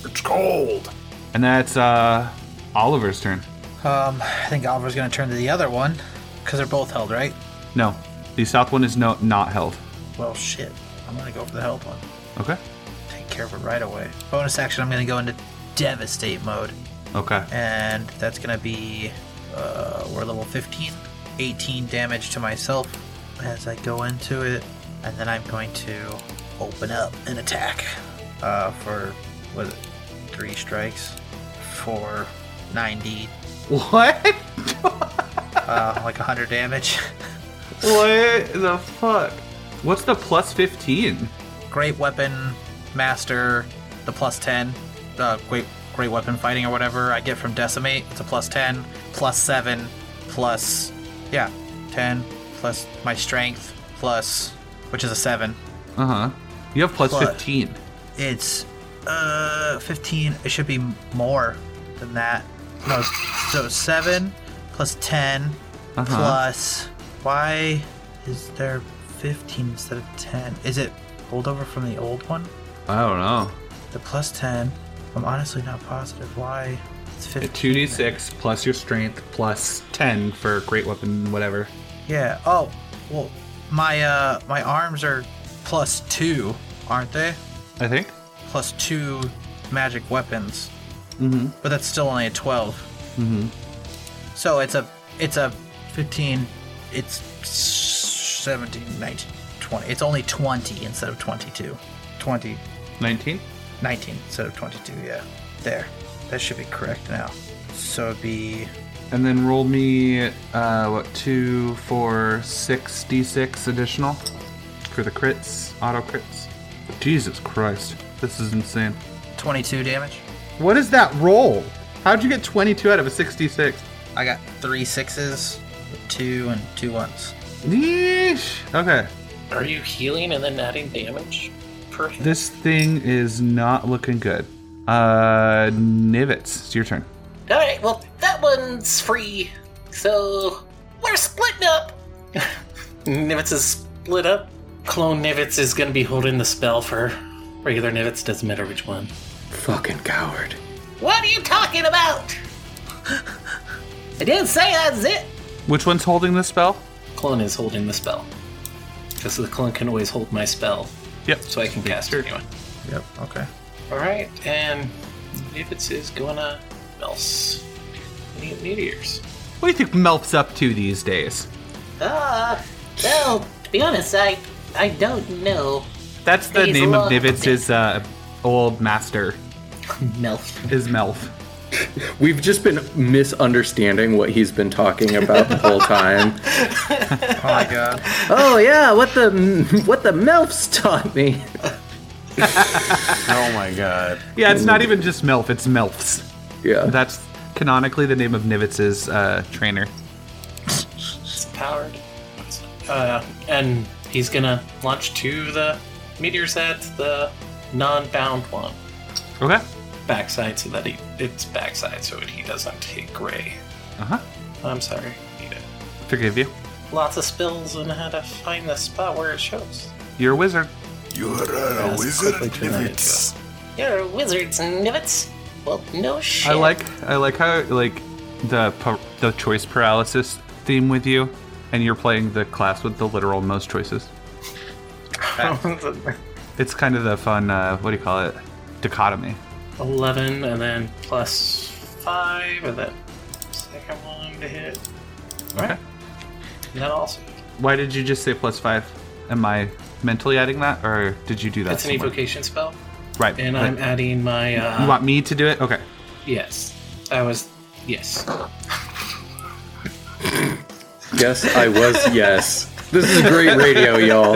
S6: It's cold!
S5: And that's uh, Oliver's turn.
S4: Um, I think Oliver's gonna turn to the other one because they're both held, right?
S5: No, the south one is no not held.
S4: Well, shit. I'm gonna go for the held one.
S5: Okay.
S4: Take care of it right away. Bonus action. I'm gonna go into devastate mode,
S5: Okay.
S4: and that's gonna be uh, we're level 15, 18 damage to myself as I go into it, and then I'm going to open up an attack uh, for was it three strikes for 90,
S5: What? (laughs)
S4: uh, like 100 damage. (laughs)
S5: What the fuck? What's the plus 15?
S4: great weapon master the plus 10 uh, great great weapon fighting or whatever i get from decimate it's a plus 10 plus 7 plus yeah 10 plus my strength plus which is a 7
S5: Uh huh. You have plus
S4: Plus.
S5: 15.
S4: it's uh 15 it should be more than that no so 7 plus 10
S5: Uh-huh.
S4: plus why is there 15 instead of 10 is it holdover from the old one
S5: I don't know.
S4: The plus 10. I'm honestly not positive why. It's 15.
S5: 2d6 plus your strength plus 10 for great weapon, whatever.
S4: Yeah. Oh, well, my uh my arms are plus 2, aren't they?
S5: I think.
S4: Plus 2 magic weapons.
S5: Mm-hmm.
S4: But that's still only a 12.
S5: Mm-hmm.
S4: So it's a it's a 15. It's 17, 19, 20. It's only 20 instead of 22. 20,
S5: 19?
S4: 19 instead of 22. Yeah. There. That should be correct now. So it'd be
S5: And then roll me, uh, what, 2, 4, 6 d6 additional for the crits, auto crits. Jesus Christ. This is insane.
S4: 22 damage.
S5: What is that roll? How'd you get 22 out of a 66?
S11: I got three sixes, two, and two ones.
S5: Yeesh. Okay.
S12: Are you healing and then adding damage? Per
S5: This thing is not looking good. Uh, Nivitz, it's your turn.
S12: All right, well that one's free, so we're splitting up. Nivitz is split up. Clone Nivitz is going to be holding the spell for regular Nivitz. Doesn't matter which one.
S2: Fucking coward.
S12: What are you talking about? I didn't say that's it.
S5: Which one's holding the spell?
S12: Clone is holding the spell. Because the clone can always hold my spell.
S5: Yep.
S12: So I can cast it anyway.
S5: Yep. Okay.
S12: All right, and Nivitz is going to else. Need meteors.
S5: What do you think Melp's up to these days?
S12: Ah, well, to be honest, I I don't know.
S5: That's the
S12: He's
S5: name of
S12: loved it.
S5: Nivitz's uh, old master.
S12: (laughs) Melf.
S5: Is Melf.
S2: We've just been misunderstanding what he's been talking about the
S5: (laughs)
S2: whole time.
S13: Oh my god.
S2: oh yeah, what the (laughs) what the Melfs taught me.
S5: Oh my god. Yeah, it's not even just Melf, it's Melfs.
S2: Yeah.
S5: That's canonically the name of Nivitz's uh, trainer.
S12: It's powered. Uh, and he's gonna launch two of the meteors at the non-bound one.
S5: Okay.
S12: Backside, so that he it's backside, so he doesn't hit gray.
S5: Uh huh.
S12: I'm sorry.
S5: Forgive you.
S12: Lots of spills on how to find the spot where it shows.
S5: You're a wizard.
S6: You're a wizard, Nivitz.
S12: You're wizards, nivets. Well, no shit.
S5: I like I like how like the pa- the choice paralysis theme with you, and you're playing the class with the literal most
S12: (laughs)
S5: choices. It's kind of the fun. Uh, what do you call it? Dichotomy.
S12: 11 and then plus 5 and then second one to hit.
S5: Okay.
S12: And that also.
S5: Why did you just say plus five? Am I mentally adding that, or did you do that?
S12: That's an
S5: somewhere?
S12: evocation spell.
S5: Right.
S12: And
S5: right.
S12: I'm adding my. Uh,
S5: you want me to do it? Okay.
S12: Yes. I was. Yes.
S2: Yes, I was yes. This is great radio, y'all.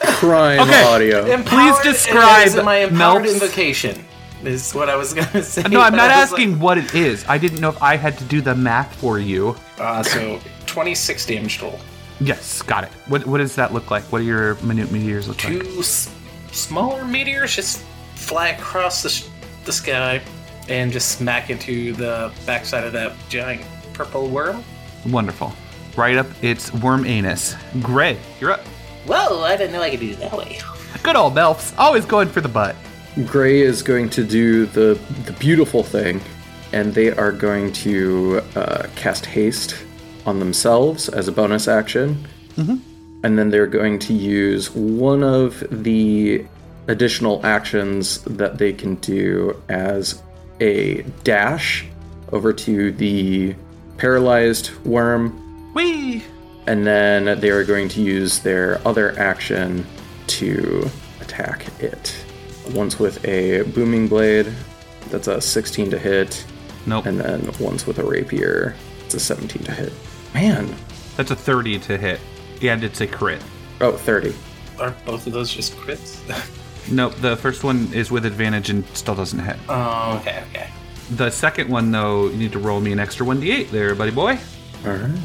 S2: Prime
S12: Okay.
S2: audio.
S12: Empowered
S5: Please describe
S12: is my empowered
S5: Melf's-
S12: invocation. Is what I was gonna (laughs) say.
S5: No, I'm
S12: but
S5: not
S12: I was
S5: asking what it is. I didn't know if I had to do the math for you.
S12: Like, uh, so 26 damage total.
S5: Yes, got it. What what does that look like? What do your minute meteors look like?
S12: Two s- smaller meteors just fly across the, sh- the sky and just smack into the backside of that giant purple worm.
S5: Wonderful. Right up its worm anus. Gray, you're up.
S12: Whoa, I didn't know I could do it that way.
S5: Good old Melfs, always going for the butt.
S2: Gray is going to do the the beautiful thing, and they are going to uh, cast haste on themselves as a bonus action,
S5: Mhm.
S2: and then they're going to use one of the additional actions that they can do as a dash over to the paralyzed worm
S5: Whee!
S2: and then they are going to use their other action to attack it. Once with a booming blade, that's a 16 to hit.
S5: Nope.
S2: And then once with a rapier, it's a 17 to hit. Man.
S5: That's a 30 to hit. And it's a crit.
S2: Oh, 30.
S12: Are both of those just crits? (laughs)
S5: Nope, the first one is with advantage and still doesn't hit.
S12: oh, okay, okay.
S5: The second one, though, you need to roll me an extra 1d8 there, buddy boy.
S2: All right.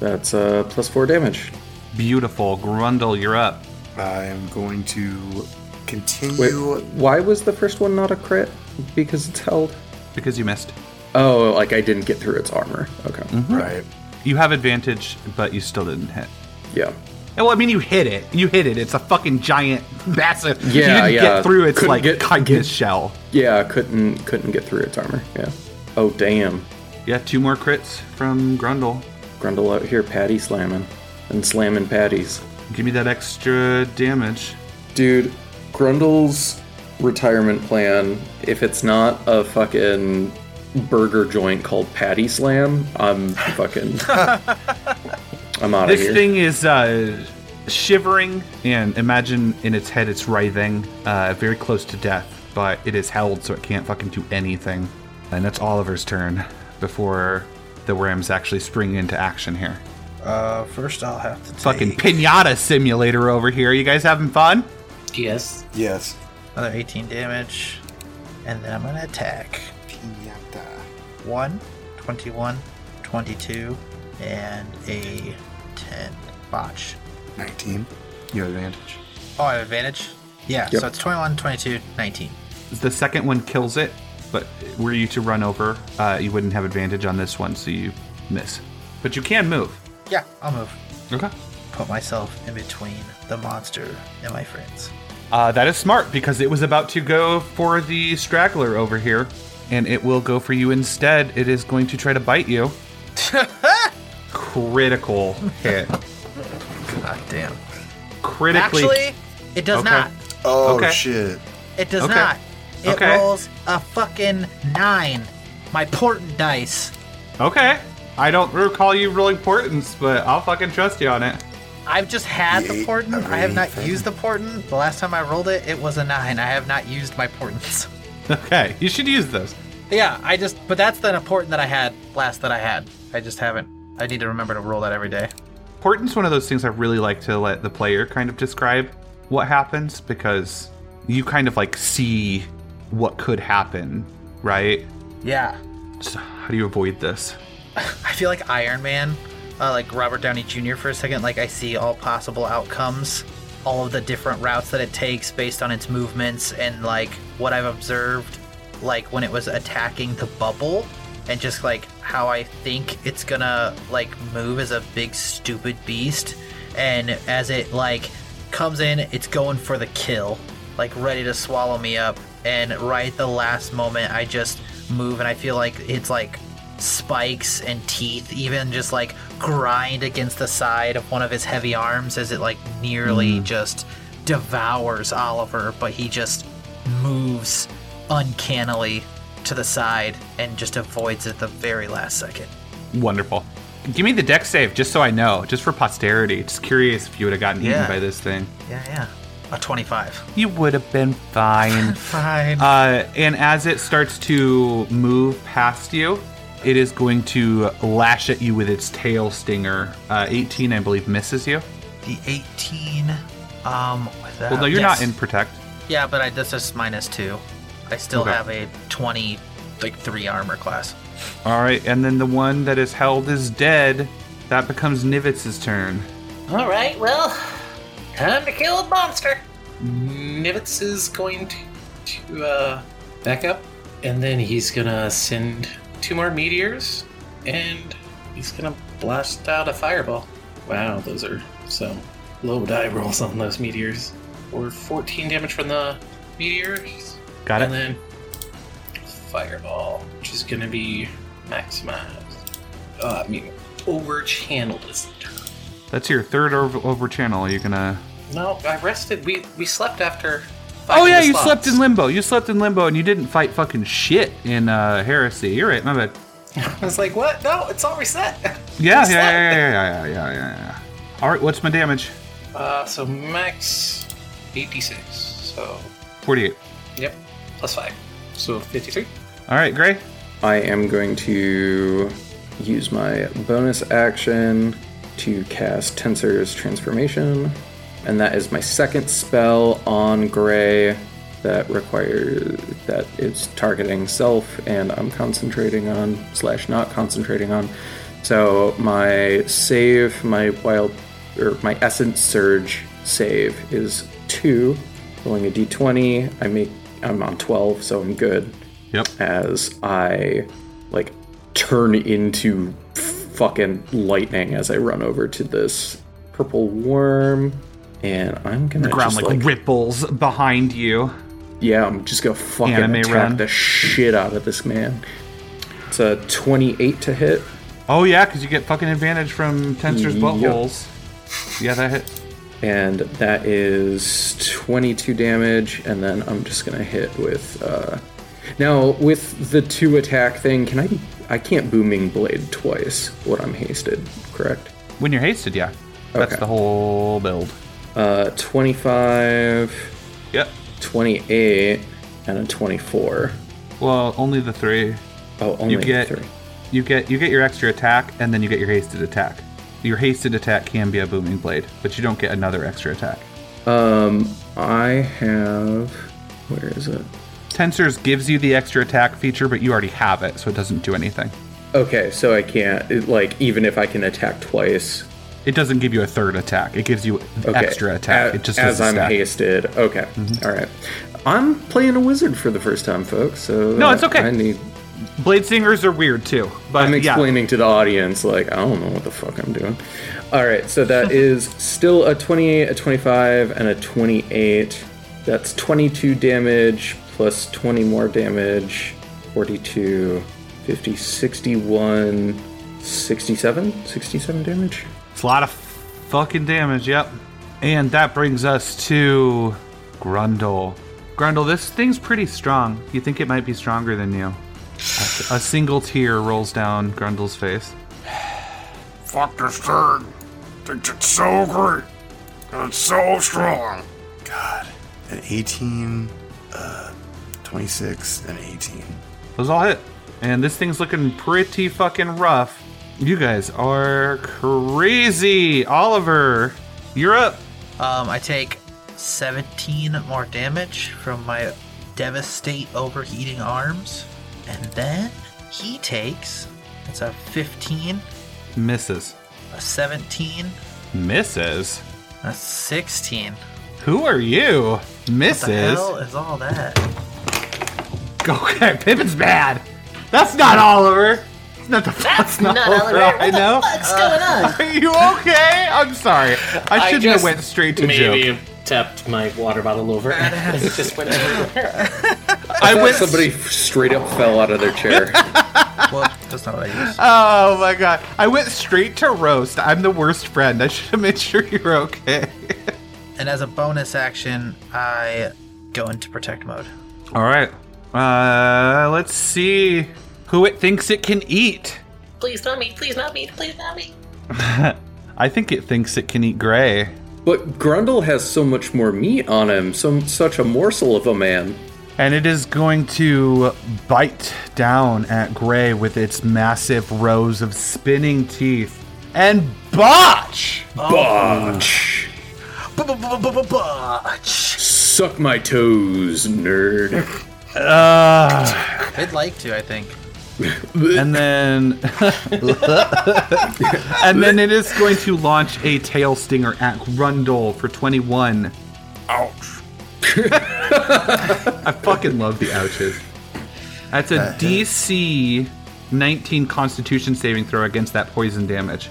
S2: That's uh, plus 4 damage.
S5: Beautiful. Grundle, you're up.
S3: I am going to continue.
S2: Wait, why was the first one not a crit? Because it's held.
S5: Because you missed. Mm-hmm.
S2: Oh, like I didn't get through its armor. Okay.
S3: Right.
S5: You have advantage, but you still didn't hit.
S2: Yeah.
S5: Yeah, Well, I mean, you hit it. You hit it. It's a fucking giant, (laughs) massive.
S2: Yeah,
S5: you didn't
S2: yeah.
S5: get through its
S2: Couldn't
S5: like
S2: get-
S5: chitinous shell.
S2: Yeah, couldn't couldn't get through its armor. Yeah. Oh damn.
S5: Yeah, two more crits from Grundle.
S2: Grundle out here patty slamming and slamming patties.
S5: Give me that extra damage.
S2: Dude, Grundle's retirement plan, if it's not a fucking burger joint called Patty Slam, I'm
S5: (laughs)
S2: fucking. I'm out of
S5: This
S2: here.
S5: thing is uh, shivering, and imagine in its head it's writhing, uh, very close to death, but it is held, so it can't fucking do anything. And that's Oliver's turn before the worms actually spring into action here.
S4: Uh, first I'll have to
S5: Fucking pinata simulator over here. You guys having fun?
S12: Yes.
S4: Yes. Another 18 damage. and then I'm gonna attack. Pinata. 1, 21, 22, and a 10. Botch.
S3: 19.
S5: You have advantage.
S4: Oh, I have advantage? Yeah,
S5: Yep.
S4: so it's 21, 22, 19.
S5: The second one kills it, but were you to run over, uh, you wouldn't have advantage on this one, so you miss. But you can move.
S4: Yeah, I'll move.
S5: Okay.
S4: Put myself in between the monster and my (laughs) friends.
S5: Uh, that is smart because it was about to go for the straggler over here, and it will go for you instead. It is going to try to bite you. Critical hit.
S4: God damn.
S5: Critically.
S4: Actually, it does
S5: Okay.
S4: not.
S3: Oh
S5: Okay.
S3: shit.
S4: It does
S5: Okay.
S4: not. It
S5: Okay.
S4: rolls a fucking nine. My portent dice.
S5: Okay. I don't recall you rolling portents, but I'll fucking trust you on it. (laughs)
S4: I've just had the
S5: Yeet,
S4: portent. I have not
S5: everything.
S4: used the portent. The last time I rolled it, it was a nine. I have not used my portents. (laughs)
S5: Okay. You should use those.
S4: yeah, I just. But that's the portent that I had last that I had. I just haven't. I need to remember to roll that every day.
S5: Portent's one of those things I really like to let the player kind of describe what happens because you kind of like see what could happen, right?
S4: Yeah.
S5: So how do you avoid this?
S4: I feel like Iron Man, uh, like Robert Downey Jr. for a second. Like I see all possible outcomes, all of the different routes that it takes based on its movements and like what I've observed, like when it was attacking the bubble, and just like how I think it's gonna like move as a big stupid beast, and as it like comes in, it's going for the kill, like ready to swallow me up. And right at the last moment, I just move, and I feel like it's like spikes and teeth even just like grind against the side of one of his heavy arms as it like
S5: Mm.
S4: nearly just devours Oliver, but he just moves uncannily to the side and just avoids it the very last second.
S5: Wonderful. Give me the deck save just so I know, just for posterity. Just curious if you would have gotten
S4: Yeah.
S5: eaten by this thing.
S4: Yeah, yeah. A 25.
S5: You would have been fine.
S4: (laughs) Fine.
S5: Uh, and as it starts to move past you, it is going to lash at you with its tail stinger. Uh, 18, I believe, misses you.
S4: The 18. Um, with that.
S5: well, no, you're
S4: Yes.
S5: not in protect.
S4: Yeah, but I, that's just minus two. I still
S5: Okay.
S4: have a 20, like three armor class.
S5: All right, and then the one that is held is dead. That becomes Nivitz's turn.
S12: All right, well, time to kill a monster. Nivitz is going to, to uh, back up, and then he's gonna send two more meteors, and he's gonna blast out a fireball. Wow, those are so low die rolls on those meteors. Or 14 damage from the meteors.
S5: Got it.
S12: And then fireball, which is gonna be maximized. Uh, I mean, over channel this turn.
S5: That's your third over, over channel. Are you gonna?
S12: No, I rested. We we slept after.
S5: Oh yeah,
S12: the
S5: you
S12: slots.
S5: slept in limbo. You slept in limbo, and you didn't fight fucking shit in uh, heresy. You're right. My bad.
S12: (laughs) I was like, what? No, it's all reset. (laughs)
S5: Yeah, yeah, yeah, yeah, yeah, yeah, yeah, yeah, yeah. All right, what's my damage?
S12: Uh, so max 86. So
S5: Forty-eight.
S12: yep, plus five. So 53.
S5: All right, Gray.
S2: I am going to use my bonus action to cast Tensor's Transformation, and that is my second spell on Gray that requires that it's targeting self, and I'm concentrating on slash not concentrating on. So my save, my wild or my essence surge save is two. Rolling a d20, I make I'm on 12, so I'm good.
S5: Yep.
S2: As I like turn into fucking lightning as I run over to this purple worm, and I'm gonna
S5: The ground
S2: just,
S5: like, ripples behind you.
S2: yeah, I'm just gonna fucking
S5: Anime
S2: attack
S5: run.
S2: the shit out of this man. It's a 28 to hit.
S5: Oh yeah, because you get fucking advantage from Tensor's
S2: Mm-hmm. Yep.
S5: buttholes. Yeah, that hit.
S2: And that is 22 damage, and then I'm just gonna hit with. Uh... Now with the two attack thing, can I? Be... I can't booming blade twice. What I'm hasted, correct?
S5: When you're hasted, yeah. That's the whole build.
S2: Uh, 25.
S5: Yep.
S2: 28 and a 24.
S5: Well, only the three.
S2: Oh, only
S5: you get,
S2: three.
S5: You get you get your extra attack, and then you get your hasted attack. Your hasted attack can be a booming blade, but you don't get another extra attack.
S2: Um, I have. Where is it?
S5: Tensors gives you the extra attack feature, but you already have it, so it doesn't do anything.
S2: Okay, so I can't, it- like, even if I can attack twice.
S5: It doesn't give you a third attack. It gives you the extra attack.
S2: a-
S5: it just
S2: as
S5: doesn't
S2: I'm
S5: stack.
S2: hasted. Okay,
S5: Mm-hmm.
S2: All right. I'm playing a wizard for the first time, folks. So
S5: No, it's okay.
S2: I need.
S5: Blade singers are weird too. But
S2: I'm
S5: yeah.
S2: explaining to the audience, like I don't know what the fuck I'm doing. All right, so that is still a 28, a 25, and a 28. That's 22 damage plus 20 more damage. 42, 50, 61, 67, 67 damage.
S5: It's a lot of fucking damage, yep. And that brings us to Grundle. Grundle, this thing's pretty strong. You think it might be stronger than you. A, a single tear rolls down Grundle's face.
S6: Fuck this thing. Thinks it's so great. And it's so strong.
S3: An 18, uh, 26, and 18.
S5: Those all hit. And this thing's looking pretty fucking rough. You guys are crazy. Oliver, you're up.
S4: Um, I take 17 more damage from my devastate overheating arms, and then he takes that's a 15,
S5: Misses.
S4: a 17,
S5: Misses?
S4: a 16.
S5: Who are you?
S4: What the hell
S5: Misses?
S4: is all that?
S5: Okay, Pippin's bad. That's not Oliver. It's not the
S12: That's
S5: not
S12: not
S5: Oliver.
S12: Oliver. What
S5: I
S12: the
S5: know.
S12: fuck's going
S5: (laughs)
S12: on?
S5: Are you okay? I'm sorry. I shouldn't have
S14: just
S5: went straight to
S14: maybe
S5: joke.
S14: tapped my water bottle
S12: (laughs)
S14: over. it just went everywhere.
S2: I, went. Somebody f- straight up fell out of their chair.
S5: (laughs)
S4: well, that's not what I used.
S5: Oh my god. I went straight to roast. I'm the worst friend. I should have made sure you're okay.
S4: And as a bonus action, I go into protect mode.
S5: All right. Uh, let's see who it thinks it can eat. (laughs)
S12: Please not me. Please not me. Please not me.
S5: I think it thinks it can eat gray.
S2: But Grundle has so much more meat on him, so such a morsel of a man.
S5: And it is going to bite down at Gray with its massive rows of spinning teeth. And botch!
S13: Oh.
S2: Botch! Suck my
S4: (laughs)
S2: toes, nerd.
S4: Ah.
S5: Uh,
S4: I'd like to, I think.
S5: (laughs) and then. (laughs) and then it is going to launch a tail stinger at Grundle for 21.
S6: Ouch.
S5: (laughs) I fucking love the ouches. That's a DC 19 Constitution saving throw against that poison damage.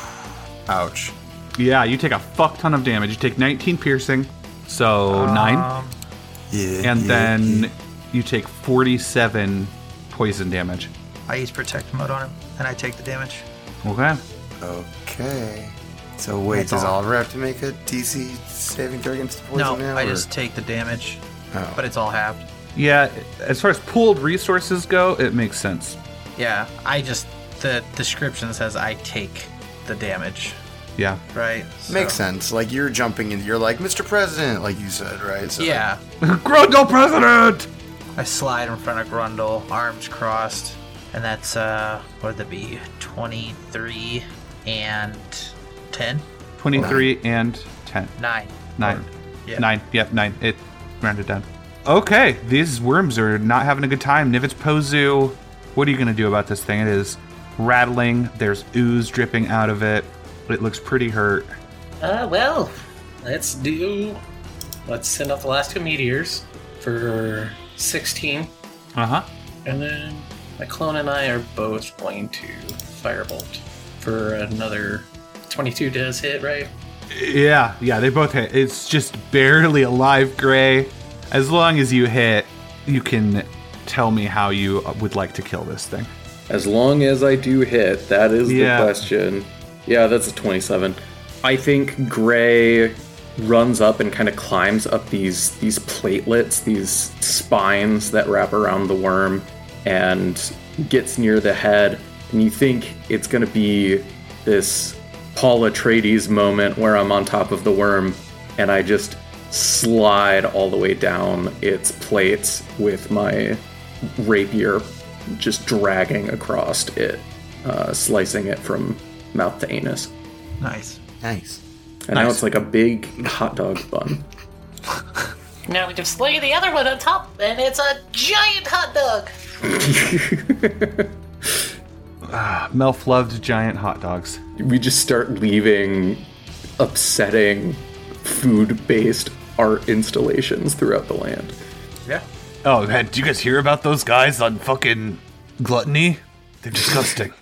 S5: (sighs)
S3: Ouch.
S5: Yeah, you take a fuck ton of damage. You take 19 piercing, so nine,
S4: Um,
S5: and then you take 47 poison damage.
S4: I use protect mode on him, and I take the damage.
S5: Okay.
S3: Okay. So wait,
S4: That's
S3: does
S4: all.
S3: Oliver have to make a DC saving throw against the
S4: No,
S3: poison now?
S4: I
S3: or-
S4: just take the damage,
S3: Oh.
S4: but it's all halved.
S5: Yeah, as far as pooled resources go, it makes sense.
S4: Yeah, I just the description says I take the damage,
S5: Yeah.
S4: right? So-
S3: Makes sense. Like you're jumping in, you're like Mr. President, like you said, right? So
S4: Yeah,
S5: Grundle president.
S4: I slide in front of Grundle, arms crossed, and that's uh, what'd that be? Twenty-three and ten.
S5: 23 and 10.
S4: Nine.
S5: Nine.
S4: Yeah.
S5: Nine. Yep, nine. It rounded down. Okay, these worms are not having a good time. Nivitz Pozu, what are you going to do about this thing? It is rattling. There's ooze dripping out of it. It looks pretty hurt.
S14: Uh, well, let's do. Let's send out the last two meteors for 16.
S5: Uh huh.
S14: And then my clone and I are both going to firebolt for another 22 does hit, right?
S5: Yeah, yeah, they both hit. It's just barely alive, Gray. As long as you hit, you can tell me how you would like to kill this thing.
S2: As long as I do hit, that is
S5: Yeah.
S2: the question. Yeah, that's a 27. I think Gray runs up and kind of climbs up these these platelets, these spines that wrap around the worm and gets near the head. And you think it's going to be this Paul Atreides moment where I'm on top of the worm and I just slide all the way down its plates with my rapier just dragging across it, uh, slicing it from mouth to anus.
S4: Nice.
S3: Nice.
S2: And now it's like a big hot dog bun.
S12: Now we can slay the other one on top, and it's a giant hot dog.
S5: Ah, Melf loved giant hot dogs.
S2: We just start leaving upsetting food based art installations throughout the land.
S4: Yeah.
S9: Oh, man, do you guys hear about those guys on fucking gluttony? They're disgusting.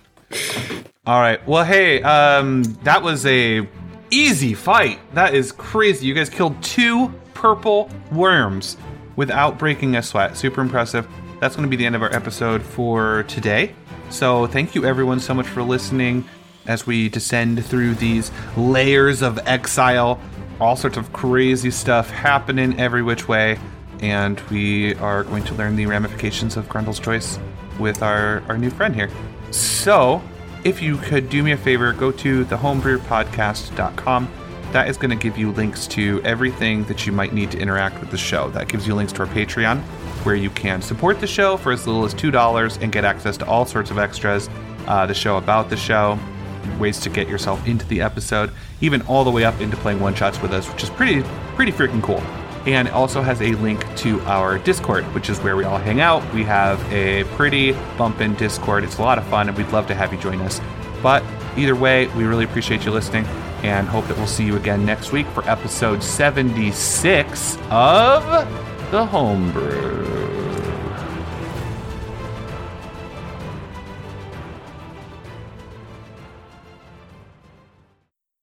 S5: All right. Well, hey, um, that was a easy fight. That is crazy. You guys killed two purple worms without breaking a sweat. Super impressive. That's going to be the end of our episode for today. So, thank you everyone so much for listening as we descend through these layers of exile. All sorts of crazy stuff happening every which way, and we are going to learn the ramifications of Grundle's choice with our, our new friend here. So, if you could do me a favor, go to thehomebrewpodcast.com. That is going to give you links to everything that you might need to interact with the show. That gives you links to our Patreon, where you can support the show for as little as $2 and get access to all sorts of extras uh, the show about the show, ways to get yourself into the episode, even all the way up into playing one shots with us, which is pretty, pretty freaking cool and it also has a link to our Discord, which is where we all hang out. We have a pretty bumpin' Discord. It's a lot of fun, and we'd love to have you join us. But either way, we really appreciate you listening and hope that we'll see you again next week for episode 76 of The Homebrew.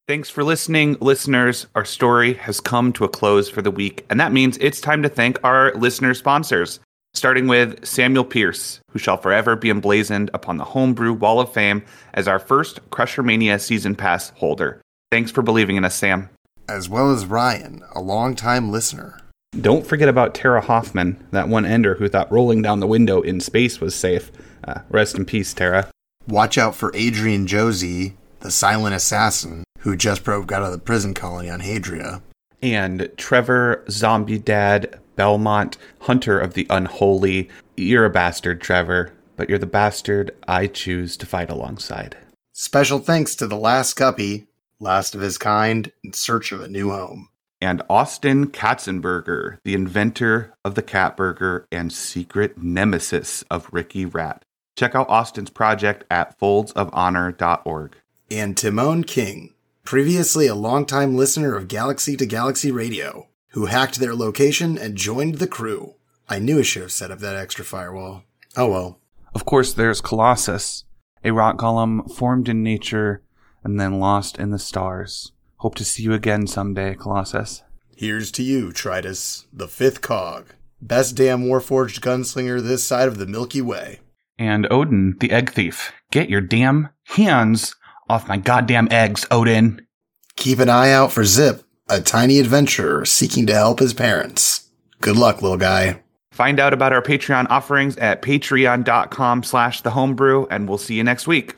S5: Thanks for listening, listeners. Our story has come to a close for the week, and that means it's time to thank our listener sponsors, starting with Samuel Pierce, who shall forever be emblazoned upon the Homebrew Wall of Fame as our first Crushermania season pass holder. Thanks for believing in us, Sam.
S3: As well as Ryan, a longtime listener.
S5: Don't forget about Tara Hoffman, that one ender who thought rolling down the window in space was safe. Uh, rest in peace, Tara.
S3: Watch out for Adrian Josie, the silent assassin who just broke out of the prison colony on Hadria.
S5: and Trevor, Zombie Dad, Belmont, Hunter of the Unholy. You're a bastard, Trevor, but you're the bastard I choose to fight alongside.
S3: Special thanks to the last guppy, last of his kind, in search of a new home.
S5: And Austin Katzenberger, the inventor of the cat burger and secret nemesis of Ricky Rat. Check out Austin's project at foldsofhonor.org.
S3: And Timon King, previously a longtime listener of Galaxy to Galaxy Radio, who hacked their location and joined the crew. I knew I should have set up that extra firewall. Oh well.
S5: Of course, there's Colossus, a rock golem formed in nature and then lost in the stars. Hope to see you again someday, Colossus.
S3: Here's to you, Tritus, the fifth cog, best damn warforged gunslinger this side of the Milky Way.
S5: And Odin, the egg thief, get your damn hands off my goddamn eggs, Odin.
S3: Keep an eye out for Zip, a tiny adventurer seeking to help his parents. Good luck, little guy.
S5: Find out about our Patreon offerings at patreon.com slash the homebrew, and we'll see you next week.